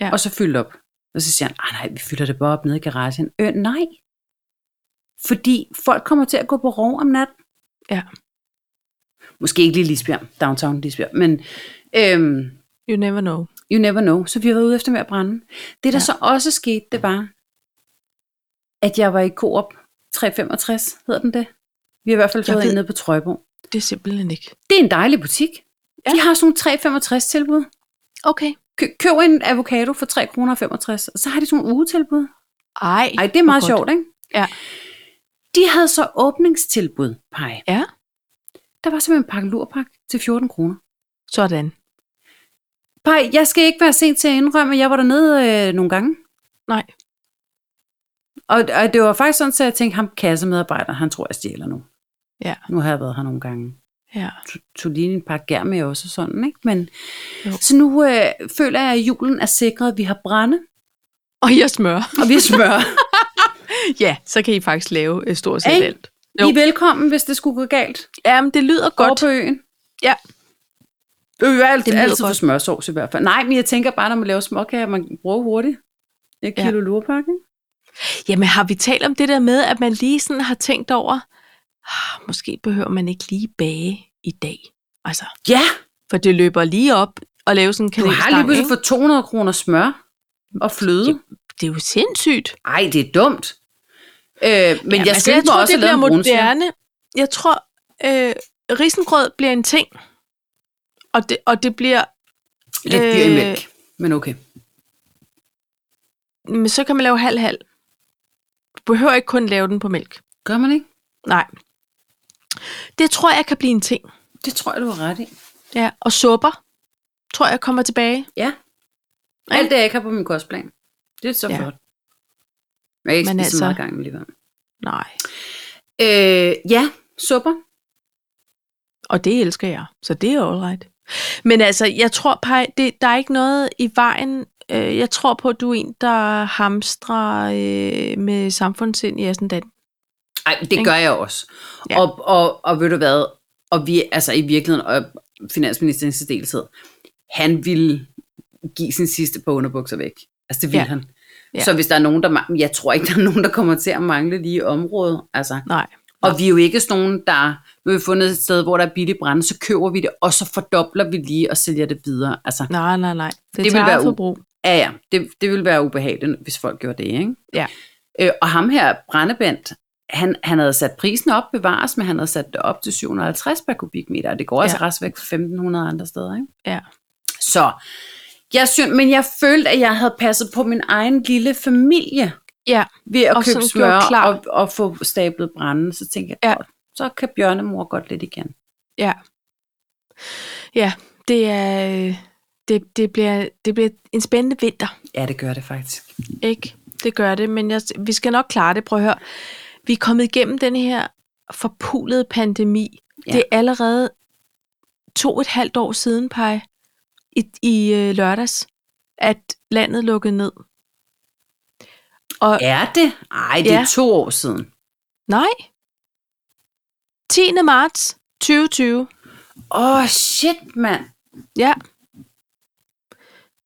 A: Ja.
B: Og så fylde op. Og så siger han, "Ej, nej, vi fylder det bare op nede i garagen. Øh, nej. Fordi folk kommer til at gå på rov om natten.
A: Ja.
B: Måske ikke lige Lisbjerg, downtown Lisbjerg, men øhm,
A: you never know.
B: You never know. Så vi var ude efter med at brænde. Det, der
A: Ja.
B: ja. så også skete, det var, at jeg var i Coop 365, hedder den det? Vi har i hvert fald
A: Jeg
B: fået
A: ved-
B: en nede på Trøjborg.
A: Det er simpelthen ikke.
B: Det er en dejlig butik.
A: Ja.
B: Ja. De har sådan nogle 365 tilbud.
A: Okay.
B: Kø- køb en avocado for 3,65 kroner, og så har de sådan nogle ugetilbud.
A: Ej,
B: Ej, det er meget
A: hvor godt.
B: sjovt, ikke?
A: Ja.
B: De havde så åbningstilbud, Pej.
A: Ja.
B: Der var simpelthen en pakke lurpak til 14 kroner.
A: Sådan.
B: Pej, jeg skal ikke være sent til at indrømme, at jeg var dernede øh, nogle gange.
A: Nej.
B: Og, og det var faktisk sådan, at jeg tænkte, ham kassemedarbejder, han tror, jeg stjæler nu.
A: Ja.
B: Nu har jeg været her nogle gange.
A: Ja.
B: To- Tog lige en par gær med også og sådan, ikke? Men,
A: Jo.
B: så nu øh, føler jeg, at julen er sikret. Vi har brænde,
A: Og jeg smører.
B: og vi har smør.
A: Ja, så kan I faktisk lave øh, stort set
B: Ikke?
A: alt. Jo.
B: I er velkommen, hvis det skulle gå galt.
A: Jamen, det lyder
B: Godt. Over
A: godt.
B: på øen.
A: Ja.
B: Det er jo alt,
A: Det
B: det
A: lyder
B: altid for
A: godt.
B: smørsovs i hvert fald. Nej, men jeg tænker bare, når man laver småkager, man bruger hurtigt. Et
A: Ja.
B: kilo ja. lurpakke.
A: Jamen, har vi talt om det der med, at man lige sådan har tænkt over, ah, måske behøver man ikke lige bage i dag. Altså,
B: Ja,
A: for det løber lige op og lave sådan en
B: du har
A: kanelstang,
B: lige pludselig
A: ikke?
B: fået 200 kroner smør og fløde.
A: Det er jo sindssygt.
B: Ej, det er dumt. Øh, men
A: Jamen,
B: jeg
A: altså,
B: skal altså,
A: tror,
B: også
A: det
B: lave
A: bliver
B: en brunsvær.
A: moderne. Jeg tror, øh, risengrød bliver en ting. Og det, og det bliver,
B: Lidt dyr i
A: Øh,
B: mælk, men okay.
A: men så kan man lave halv-halv. Du behøver ikke kun lave den på mælk.
B: Gør man ikke?
A: Nej. Det tror jeg kan blive en ting.
B: Det tror jeg, du har ret i.
A: Ja, og supper tror jeg kommer tilbage.
B: Ja. Alt det, jeg ikke har på min kostplan. Det er så
A: Ja.
B: ja. flot. Men jeg kan ikke
A: Men
B: spise altså...
A: altså-
B: meget gang alligevel.
A: Nej.
B: Øh, ja, supper.
A: Og det elsker jeg, så det er all right. Men altså, jeg tror, Paj, det, der er ikke noget i vejen. Øh, jeg tror på, at du er en, der hamstrer øh, med samfundssind i Assendan.
B: Ej, det
A: Ikke?
B: gør jeg også.
A: Ja.
B: Ja. Og, og, og ved du hvad, og vi, altså i virkeligheden, og finansministeren i særdeleshed, han ville give sin sidste på underbukser væk. Altså det ville
A: Ja.
B: ja. han.
A: Ja.
B: Ja. Så hvis der er nogen, der mangler, jeg tror ikke, der er nogen, der kommer til at mangle lige området. Altså,
A: Nej.
B: og vi er jo ikke sådan nogen, der, nu har vi fundet et sted, hvor der er billig brænde, så køber vi det, og så fordobler vi lige og sælger det videre. Altså,
A: Nej, nej, nej. Det, det
B: vil
A: vil
B: være
A: være
B: u-
A: forbrug.
B: Ja, ja. Det, det ville være ubehageligt, hvis folk gjorde det, ikke?
A: Ja.
B: Øh, og ham her, Brændebandt, han, han havde sat prisen op, bevares, men han havde sat det op til 750 per kubikmeter, og det går ja. altså
A: Ja.
B: rest væk for 1500 andre steder, ikke?
A: Ja.
B: Så, jeg synes, men jeg følte, at jeg havde passet på min egen lille familie
A: Ja,
B: ved at
A: Og
B: og
A: sådan
B: købe
A: gjort
B: smør
A: klar.
B: og, og få stablet brænde, så tænkte
A: Ja.
B: jeg, ja. så kan bjørnemor godt lidt igen.
A: Ja. Ja, det er... øh, Det, det, bliver, det bliver en spændende vinter,
B: Ja, det gør det faktisk.
A: ikke? Det gør det, men jeg, vi skal nok klare det. Prøv at høre. Vi er kommet igennem den her forpulede pandemi.
B: Ja.
A: Ja. Det er allerede to og et halvt år siden, Paj, i, i øh, lørdags, at landet lukkede ned. Og ja.
B: Er det? Ej, det er
A: Ja.
B: to år siden.
A: nej, 10. marts 2020,
B: Åh, oh, shit, mand.
A: ja.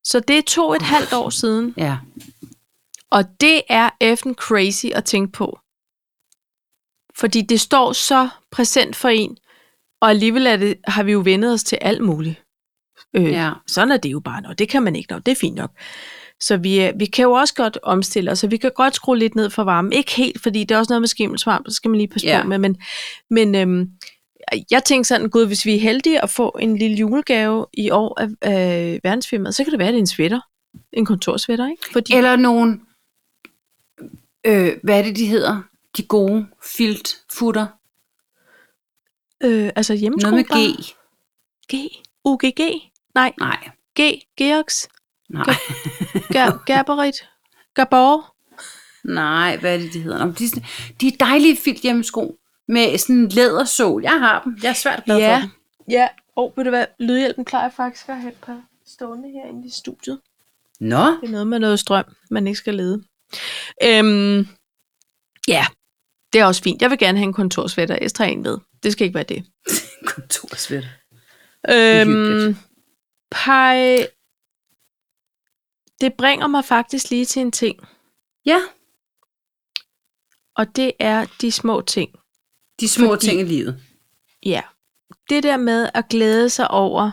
A: Så det er to og et halvt år siden.
B: Ja.
A: Og det er effen crazy at tænke på. Fordi det står så præsent for en, og alligevel er det, har vi jo vendet os til alt muligt. Øh,
B: Ja.
A: Sådan er det jo bare, og det kan man ikke, og det er fint nok. Så vi, er- vi kan jo også godt omstille os, og vi kan godt skrue lidt ned for varmen. Ikke helt, fordi det er også noget med skimmelsvamp, så skal man lige passe
B: Ja.
A: på med. Men, men øhm, jeg tænkte sådan, gud, hvis vi er heldige at få en lille julegave i år af, af verdensfirmaet, så kan det være, at det er en sweater. En kontorsvætter, ikke? Fordi,
B: Eller nogen, øh, hvad er det, de hedder? De gode filt futter.
A: Øh, altså hjemmesko
B: Noget med G.
A: bare. G. UGG? Nej,
B: Nej,
A: G. Georgs.
B: nej,
A: Ger- Gerberit. Gerborg.
B: nej, hvad er det, de hedder? Nå, men de, er sådan- de er dejlige filt hjemmesko med sådan en lædersål. Jeg har dem. Jeg er svært glad for dem.
A: Ja. Og oh, ved du hvad, Lydhjælpen plejer faktisk at have et par stående herinde i studiet.
B: Nå,
A: Det er noget med noget strøm, man ikke skal lede. Øhm, ja, det er også fint. Jeg vil gerne have en kontorsvætter. Jeg tager en ved. Det skal ikke være det.
B: kontorsvæt.
A: Øhm,
B: hyggeligt.
A: pej, det bringer mig faktisk lige til en ting.
B: Ja,
A: Og det er de små ting.
B: de små
A: Fordi-
B: Fordi... ting i livet.
A: Ja. Det der med at glæde sig over...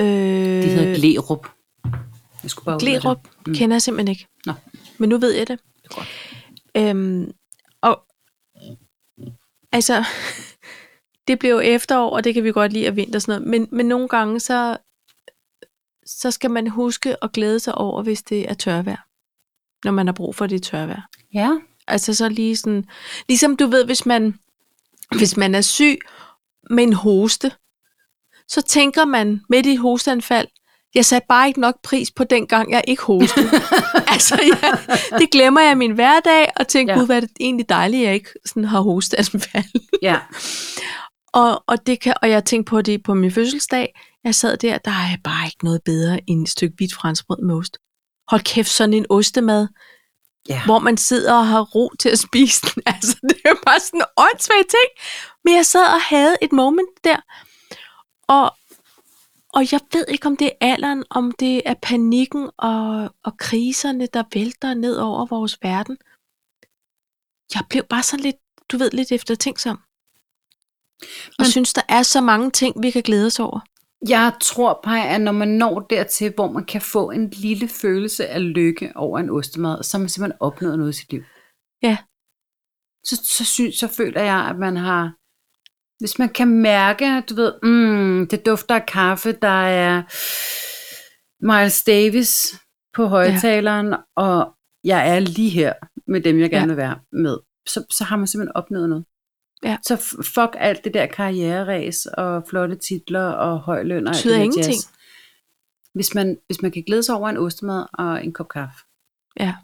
A: Øh,
B: Det hedder Glerup. Jeg skulle bare ud af det.
A: Glerup
B: Mm.
A: mm. kender jeg simpelthen ikke.
B: Nå.
A: Men nu ved jeg det.
B: er godt.
A: Øhm, og altså, det bliver jo efterår, og det kan vi godt lide at vinter og sådan noget. Men, men nogle gange, så, så skal man huske at glæde sig over, hvis det er tørvejr. Når man har brug for det tørvejr.
B: Ja,
A: Altså så lige sådan, ligesom du ved, hvis man, hvis man er syg med en hoste, så tænker man midt i et hosteanfald, jeg satte bare ikke nok pris på den gang, jeg ikke hostede. altså, ja, det glemmer jeg i min hverdag, og tænker,
B: Ja.
A: ja. gud, hvad er det egentlig dejligt, jeg ikke sådan har hosteanfald.
B: ja.
A: Og, og, det kan, og jeg tænkte på det på min fødselsdag. Jeg sad der, der er bare ikke noget bedre end et stykke hvidt franskbrød med ost. Hold kæft, sådan en ostemad,
B: Ja.
A: hvor man sidder og har ro til at spise den. Altså, det er jo bare sådan en åndssvag ting. Men jeg sad og havde et moment der, og, og jeg ved ikke, om det er alderen, om det er panikken og, og kriserne, der vælter ned over vores verden. Jeg blev bare sådan lidt, du ved, lidt eftertænksom. Og
B: Men-
A: synes, der er så mange ting, vi kan glæde os over.
B: Jeg tror, Paj, at når man når dertil, hvor man kan få en lille følelse af lykke over en ostemad, så har man simpelthen opnået noget i sit liv.
A: Ja.
B: Så, så, synes, så føler jeg, at man har... Hvis man kan mærke, du ved, mm, det dufter af kaffe, der er Miles Davis på højtaleren, ja. og jeg er lige her med dem, jeg gerne
A: Ja.
B: vil være med, så, så har man simpelthen opnået noget.
A: Ja.
B: Så f- fuck alt det der karriereræs og flotte titler og høj løn og alt
A: Betyder
B: det der
A: ingenting.
B: Jazz. Hvis man, hvis man kan glæde sig over en ostemad og en kop kaffe.
A: Ja.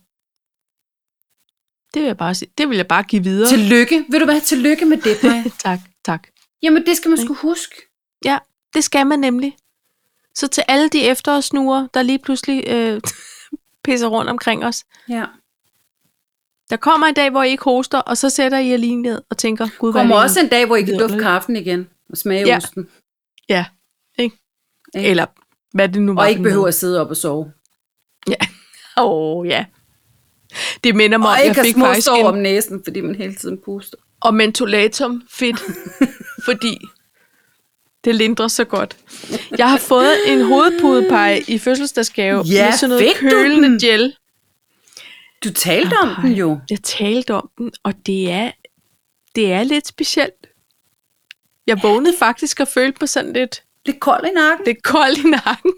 A: Det vil jeg bare, sige. Det vil jeg bare give videre.
B: Tillykke. Vil du hvad? Tillykke med det, Maja.
A: tak, tak.
B: Jamen, det skal man sgu huske.
A: Det skal man nemlig. Så til alle de efterårsnure, der lige pludselig øh, pisser rundt omkring os.
B: Ja.
A: Der kommer en dag, hvor I ikke hoster, og så sætter I jer lige ned og tænker, gud,
B: Kommer
A: hvad er det
B: også en dag, hvor I kan
A: Vidunderligt.
B: dufte kaffen igen og smage ja.
A: Ja.
B: osten.
A: Ja, ikke?
B: Ikke?
A: Eller hvad det nu var.
B: Og
A: for
B: ikke
A: noget.
B: behøver at sidde op og sove.
A: Åh, oh, ja. Det minder mig
B: Og
A: om,
B: ikke
A: jeg
B: have
A: fik
B: små
A: faktisk
B: sår
A: en
B: om næsen, fordi man hele tiden puster.
A: og mentolatum fedt, fordi det lindrer så godt. Jeg har fået en hovedpudepege i fødselsdagsgave
B: Ja,
A: med sådan noget
B: fik du
A: kølende
B: den?
A: gel.
B: Du talte om den jo.
A: Jeg talte om den, og det er, det er lidt specielt. Jeg vågnede faktisk og følte mig sådan lidt,
B: Lidt kold i nakken.
A: lidt kold i nakken.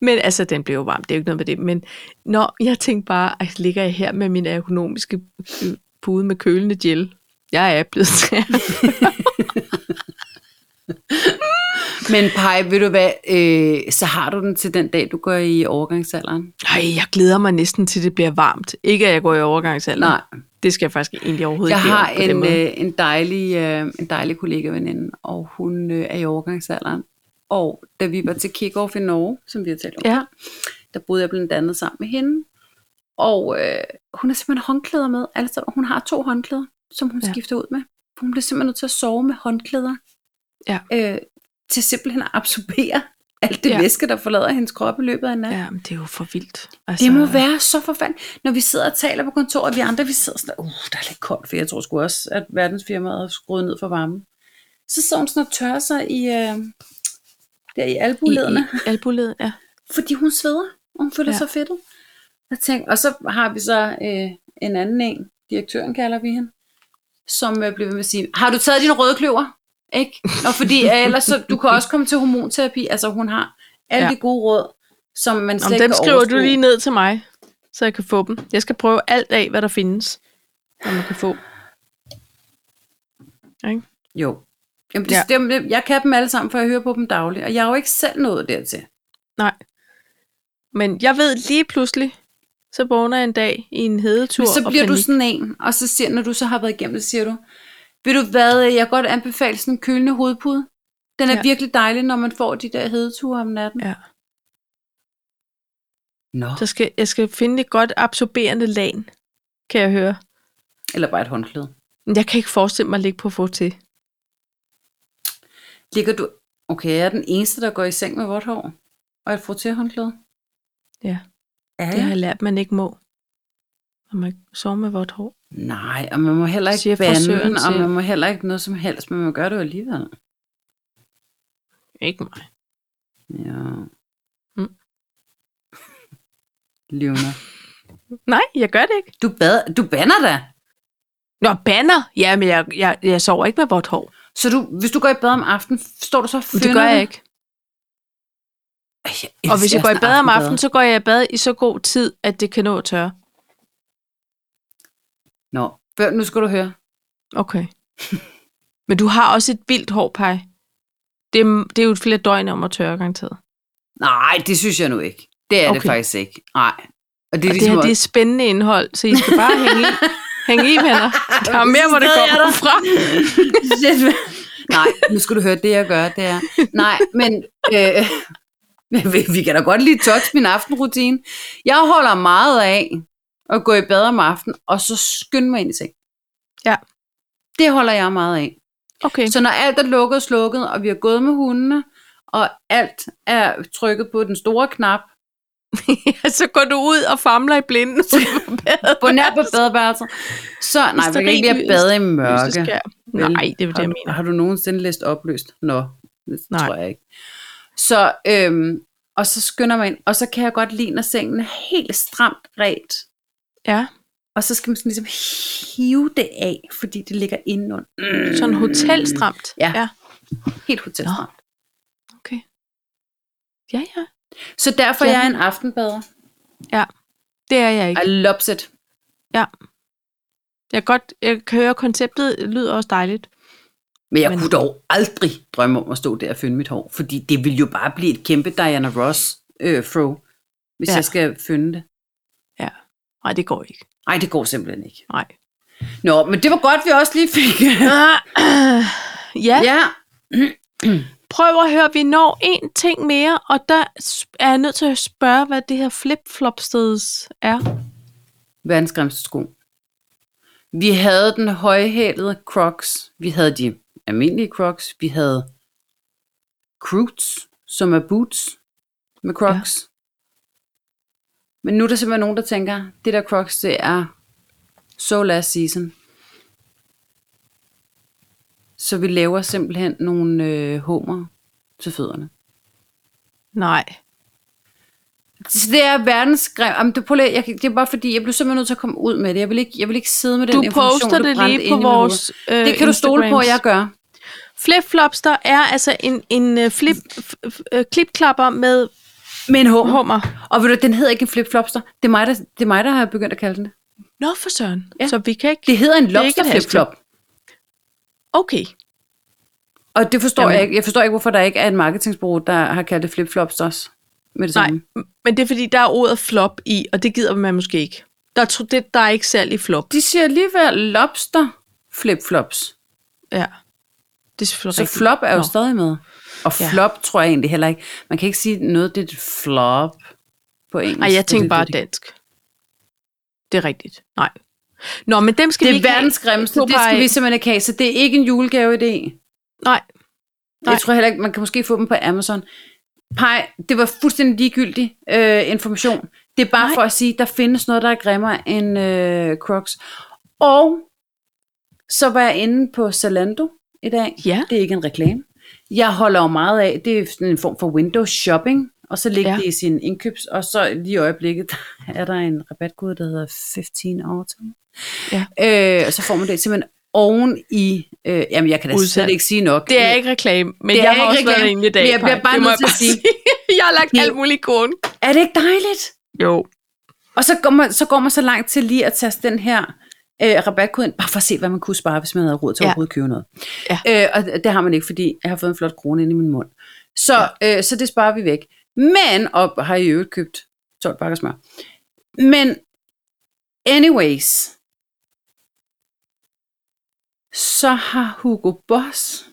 A: Men altså, den blev jo varm, det er jo ikke noget med det. Men når jeg tænkte bare, at ligger jeg her med min ergonomiske øh, pude med kølende gel Jeg er blevet træer.
B: Men Paj, ved du hvad, øh, så har du den til den dag, du går i overgangsalderen.
A: Nej, jeg glæder mig næsten til, det bliver varmt. Ikke at jeg går i overgangsalderen.
B: Nej,
A: Det skal jeg faktisk egentlig overhovedet
B: jeg
A: ikke
B: har
A: lave på den
B: en,
A: måde.
B: øh, en, dejlig, øh, en dejlig kollega-veninde, og hun øh, er i overgangsalderen. Og da vi var til kick-off i Norge, som vi har talt om,
A: Ja.
B: der boede jeg blandt andet sammen med hende. Og øh, hun har simpelthen håndklæder med. Altså, hun har to håndklæder, som hun
A: Ja.
B: ja. skifter ud med. For Hun bliver simpelthen nødt til at sove med håndklæder.
A: Ja.
B: Øh, til simpelthen at absorbere alt det
A: Ja.
B: ja. væske, der forlader hendes krop i løbet af en nat.
A: Ja, men det er jo for vildt. Altså,
B: Det må være så forfærdeligt. Når vi sidder og taler på kontoret, vi andre, vi sidder sådan, uh, der er lidt koldt, for jeg tror sgu også, at verdensfirmaet har skruet ned for varmen. Så sidder hun sådan og tørrer sig i, øh, der i
A: I,
B: albulederne,
A: i albuled, ja.
B: fordi hun sveder, og hun føler
A: Ja.
B: ja. sig fedtet. Jeg tænker, og så har vi så øh, en anden en, direktøren kalder vi hende, som øh, bliver ved med at sige, har du taget dine røde kløver? Ikke? Nå, fordi øh, ellers så, du kan også komme til hormonterapi. Altså hun har alle
A: Ja.
B: ja. de gode råd, som man slet
A: Om
B: ikke
A: dem
B: kan
A: skriver du
B: overskue.
A: lige ned til mig, så jeg kan få dem. Jeg skal prøve alt af, hvad der findes, hvad man kan få.
B: Jo. Jamen, det,
A: Ja.
B: ja. det, jeg kan dem alle sammen, for jeg hører på dem dagligt, og jeg er jo ikke selv nået dertil.
A: Nej. Men jeg ved lige pludselig, så vågner jeg en dag i en hedetur.
B: Men så
A: og
B: bliver du
A: panik.
B: sådan en, og så siger, når du så har været igennem det, siger du, vil du hvad, øh, jeg kan godt anbefale sådan en kølende hovedpude. Den er
A: Ja.
B: ja. virkelig dejlig, når man får de der hedeture om natten.
A: Ja.
B: Nå.
A: Så skal, jeg skal finde et godt absorberende lag, kan jeg høre.
B: Eller bare et håndklæde.
A: Men jeg kan ikke forestille mig at ligge på få til.
B: Ligger du... Okay, jeg er den eneste, der går i seng med vort hår. Og et frottéhåndklæde.
A: Ja.
B: Er
A: Det har
B: jeg?
A: jeg lært, man ikke må. Og man sover med vort hår.
B: Nej, og man må heller
A: Siger
B: ikke bande,
A: frisøren
B: den,
A: til-
B: og man må heller ikke noget som helst, men man gør det jo alligevel.
A: Ikke mig.
B: Ja.
A: Mm.
B: Mm. Livner.
A: Nej, jeg gør det ikke.
B: Du, bad, du banner da.
A: Nå, banner? Ja, men jeg, jeg, jeg sover ikke med vort hår.
B: Så du, hvis du går i bad om aftenen, står du så og
A: Men det
B: fynder
A: gør jeg ikke.
B: Ej, jeg
A: Og hvis jeg
B: elsker
A: går i
B: sådan
A: bad om
B: aftenbad.
A: aftenen, så går jeg i bad i så god tid, at det kan nå at tørre.
B: Nå, Bør, nu skal du høre.
A: Okay. men du har også et vildt hår, Paj. Det, er- det er jo flere døgn om at tørre, garanteret.
B: Nej, det synes jeg nu ikke. Det er okay. det
A: Okay.
B: faktisk ikke. Nej. Og det
A: Det,
B: er
A: og det
B: ligesom
A: her, det er
B: også-
A: spændende indhold, så I skal bare hænge i. Hænge i, venner. Der er mere, hvor det
B: Stadig er
A: kommer
B: der.
A: fra.
B: Shit, hvad? Nej, nu skal du høre, det jeg gør, det er... Nej, men... Øh, men vi- vi kan da godt lige touch min aftenrutine. Jeg holder meget af at gå i bad om aftenen, og så skynde mig ind i seng.
A: Ja.
B: Det holder jeg meget af.
A: Okay.
B: Så når alt er lukket og slukket, og vi har gået med hundene, og alt er trykket på den store knap,
A: så går du ud og famler i blinden.
B: på nær på badeværelset, så nej, vi kan ikke lige at bade i mørke. Vel,
A: Nej, det er jo det,
B: har,
A: jeg
B: du-
A: mener.
B: Har du nogensinde læst opløst? Nå, det
A: Nej.
B: Nej. tror jeg ikke. Så, øhm, og så skynder man ind, og så kan jeg godt lide, når sengen er helt stramt ret.
A: Ja,
B: Og så skal man sådan ligesom hive det af, fordi det ligger indenunder. Mm.
A: sådan hotelstramt.
B: Ja.
A: ja.
B: Helt hotelstramt.
A: Okay. Ja, ja.
B: Så derfor
A: Ja.
B: ja. jeg er en aftenbader.
A: Det er jeg ikke.
B: I loves it.
A: Jeg, kan godt, jeg kan høre, konceptet lyder også dejligt.
B: Men jeg
A: Men-
B: Men... kunne dog aldrig drømme om at stå der og fynde mit hår, fordi det ville jo bare blive et kæmpe Diana Ross øh, fro, hvis
A: Ja.
B: ja. jeg skal fynde det.
A: Nej, det går ikke.
B: Nej, det går simpelthen ikke.
A: Nej.
B: Nå, men det var godt, vi også lige fik.
A: Øh, ja,
B: ja.
A: prøv at høre, vi når en ting mere, og der s- er jeg nødt til at spørge, hvad det her flip-flop steds er.
B: Verdens grimmeste sko. Vi havde den højhælede Crocs. Vi havde de almindelige Crocs. Vi havde Croots, som er boots med Crocs. Ja. Men nu er der simpelthen nogen, der tænker, det der Crocs, det er so last season. Så vi laver simpelthen nogle øh, hummer til fødderne.
A: Nej.
B: Så det er verdens grim. Jamen, det, prøv lige- jeg, kan- det er bare fordi, jeg blev simpelthen nødt til at komme ud med det. Jeg vil ikke, jeg vil ikke sidde med den
A: Du
B: information,
A: poster
B: der
A: det
B: brændte
A: lige på
B: inde i mit
A: vores
B: hoved.
A: øh,
B: Det kan du stole på,
A: Instagrams.
B: jeg gør.
A: Flip-flopster er altså en, en øh, flip, f- f- øh, klipklapper med
B: Men hummer.
A: hummer.
B: Og ved du, den hedder ikke en flip-flopster. Det er mig, der, det er mig, der har begyndt at kalde den det.
A: Nå for søren. Ja.
B: Ja.
A: Så vi kan ikke...
B: Det hedder en
A: er ikke et
B: lobster flip-flop.
A: Okay.
B: Og det forstår
A: Jamen.
B: jeg ikke. Jeg forstår ikke, hvorfor der ikke er et marketingsbureau, der har kaldt det flip-flops også. Med det
A: Nej,
B: samme.
A: men det er fordi, der er ordet flop i, og det gider man måske ikke. Der er, tro- det, der er ikke salg i flop.
B: De siger alligevel lobster flip-flops.
A: Ja. Det er selvfølgelig
B: Så
A: rigtigt.
B: flop er jo
A: Nå.
B: stadig med. Og
A: Ja.
B: flop ja. tror jeg egentlig heller ikke. Man kan ikke sige noget, det er et flop på engelsk.
A: Nej, jeg tænkte
B: Det er
A: bare
B: det,
A: dansk. Det er rigtigt. Nej. Nå, men dem skal
B: Det
A: vi
B: er
A: ikke have.
B: verdens grimmeste, det
A: Popeye.
B: skal vi simpelthen ikke have, så det er ikke en julegaveidé.
A: Nej, Nej.
B: Jeg tror heller ikke, man kan måske få dem på Amazon. Pej, det var fuldstændig ligegyldig øh, information. Det er bare
A: Nej.
B: Nej. for at sige, der findes noget, der er grimmere end øh, Crocs. Og så var jeg inde på Zalando i dag.
A: Ja.
B: Det er ikke en reklame. Jeg holder jo meget af, det er sådan en form for window shopping, og så ligger
A: Ja.
B: ja. det i sin indkøbs, og så lige i øjeblikket der er der en rabatkode, der hedder 15 autumn.
A: Ja.
B: Øh, og så får man det simpelthen oven i, øh, jamen jeg kan da
A: Udsalg.
B: slet ikke sige nok.
A: det er ikke reklame, men
B: Det
A: jeg
B: er
A: har
B: ikke
A: også været
B: reklame,
A: inde i dag.
B: men jeg bliver
A: Paj.
B: bare
A: Det må
B: nødt
A: jeg
B: til at sige.
A: jeg har lagt
B: Det-
A: alt muligt i korn.
B: er det ikke dejligt?
A: Jo.
B: Og så går, man, så går man så langt til lige at taste den her øh, rabatkode ind, bare for at se, hvad man kunne spare, hvis man havde råd til
A: Ja.
B: ja. overhovedet at købe noget.
A: Ja.
B: Øh, og det- det har man ikke, fordi jeg har fået en flot krone ind i min mund. Så, ja. øh, så det sparer vi væk. Men, og har i øvrigt købt 12 pakker smør. Men, anyways, så har Hugo Boss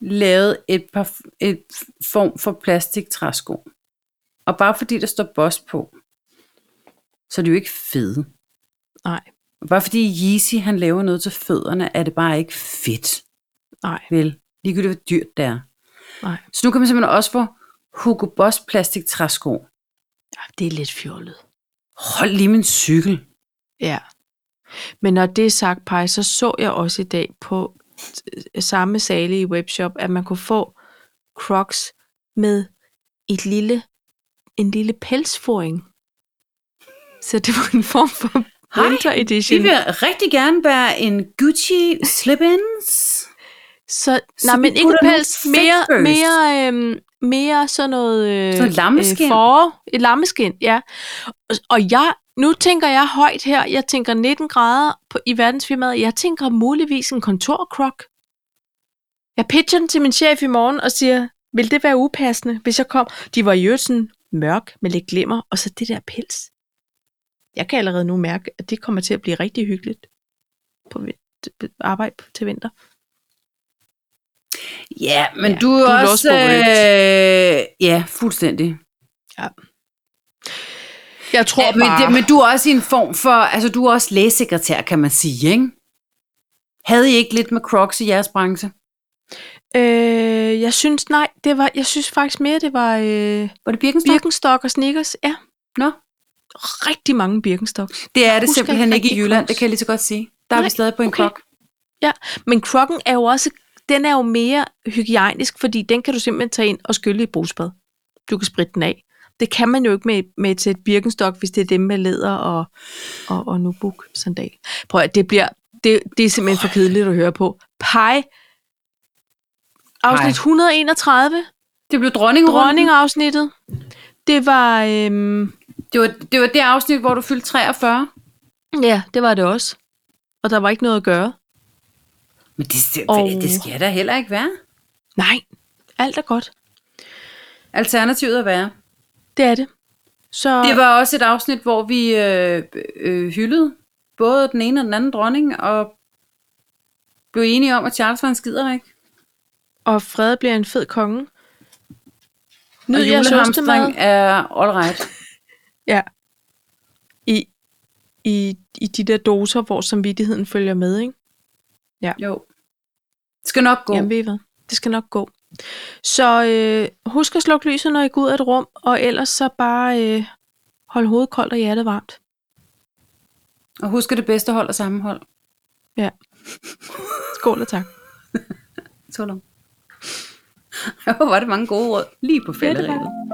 B: lavet et, par, et form for plastiktræsko. Og bare fordi der står Boss på, så er det jo ikke fede.
A: Nej,
B: Og bare fordi Yeezy han laver noget til fødderne, er det bare ikke fedt,
A: nej,
B: vel? Ligegyldigt hvor dyrt det er.
A: nej.
B: Så nu kan man simpelthen også få Hugo Boss plastik træsko.
A: Ja, det er lidt fjollet.
B: Hold lige min cykel.
A: Ja. Men når det er sagt, Paj, så så jeg også i dag på t- samme sale i webshop, at man kunne få Crocs med et lille, en lille pelsforing. Så det var en form for
B: Hej,
A: winter
B: Vi
A: edition.
B: vil rigtig gerne være en Gucci slip-ins.
A: Så,
B: Så
A: nej,
B: vi
A: men ikke
B: putter nogle
A: pels, mere,
B: fake furs.
A: mere, øhm, mere sådan noget... Øh,
B: Sådan lammeskin.
A: Øh, forår. et lammeskin, ja. Og, og jeg, nu tænker jeg højt her, jeg tænker 19 grader på, i verdensfirmaet, jeg tænker muligvis en kontorkrok. Jeg pitcher den til min chef i morgen og siger, vil det være upassende, hvis jeg kom? De var i øvrigt sådan mørk med lidt glimmer, og så det der pels. Jeg kan allerede nu mærke, at det kommer til at blive rigtig hyggeligt på vin- t- arbejde til vinter.
B: Ja, men
A: Ja,
B: ja, du er
A: du er vel
B: også...
A: også
B: øh, ja, fuldstændig.
A: Jeg tror
B: Ja, men,
A: bare...
B: det, men du er også i en form for... Altså, du er også lægesekretær, kan man sige, ikke? Havde I ikke lidt med Crocs i jeres branche?
A: Øh, jeg synes, nej, det var, jeg synes faktisk mere, det var øh,
B: Var det Birkenstock?
A: Birkenstock og Snickers. Ja,
B: Nå.
A: rigtig mange Birkenstocks.
B: Det er det
A: husker
B: simpelthen
A: ikke
B: ikke i
A: rigtig
B: Jylland,
A: Crocs.
B: det kan jeg lige så godt sige. Der er
A: Nej,
B: vi stadig på en
A: okay.
B: okay. krok.
A: Ja, men krokken er jo også, den er jo mere hygiejnisk, fordi den kan du simpelthen tage ind og skylle i et brusbad. Du kan spritte den af. Det kan man jo ikke med, med til et Birkenstock, hvis det er dem med læder og, og, og nubuk sandal. Prøv at, det bliver, det, det er simpelthen for kedeligt at høre på. Pej, afsnit
B: Pej.
A: 131,
B: Det blev dronningerunden.
A: dronning-afsnittet. Det var, øhm,
B: Det, var, det var det afsnit, hvor du fyldte 43.
A: Ja, det var det også. Og der var ikke noget at gøre.
B: Men det, det,
A: Og-
B: det skal der heller ikke være.
A: Nej, alt er godt.
B: Alternativet at være.
A: Det er det. Så
B: Det var også et afsnit, hvor vi øh, øh, hyldede både den ene og den anden dronning, og blev enige om, at Charles var en skider, ikke?
A: og Frede bliver en fed konge.
B: Og
A: Nyd jeres ostemad.
B: julehamstring er all right.
A: Ja. I, i, I de der doser, hvor samvittigheden følger med, ikke?
B: Jo. Det skal nok gå.
A: Jamen, ved I hvad? Det skal nok gå. Så øh, husk at slukke lyset, når I går ud af et rum, og ellers så bare øh, hold hovedet koldt og hjertet varmt.
B: Og husk at det bedste hold og sammenhold.
A: Ja. Skål og tak.
B: Så langt. Hvor var det mange gode råd lige på
A: Ja, det var
B: fælderæbet.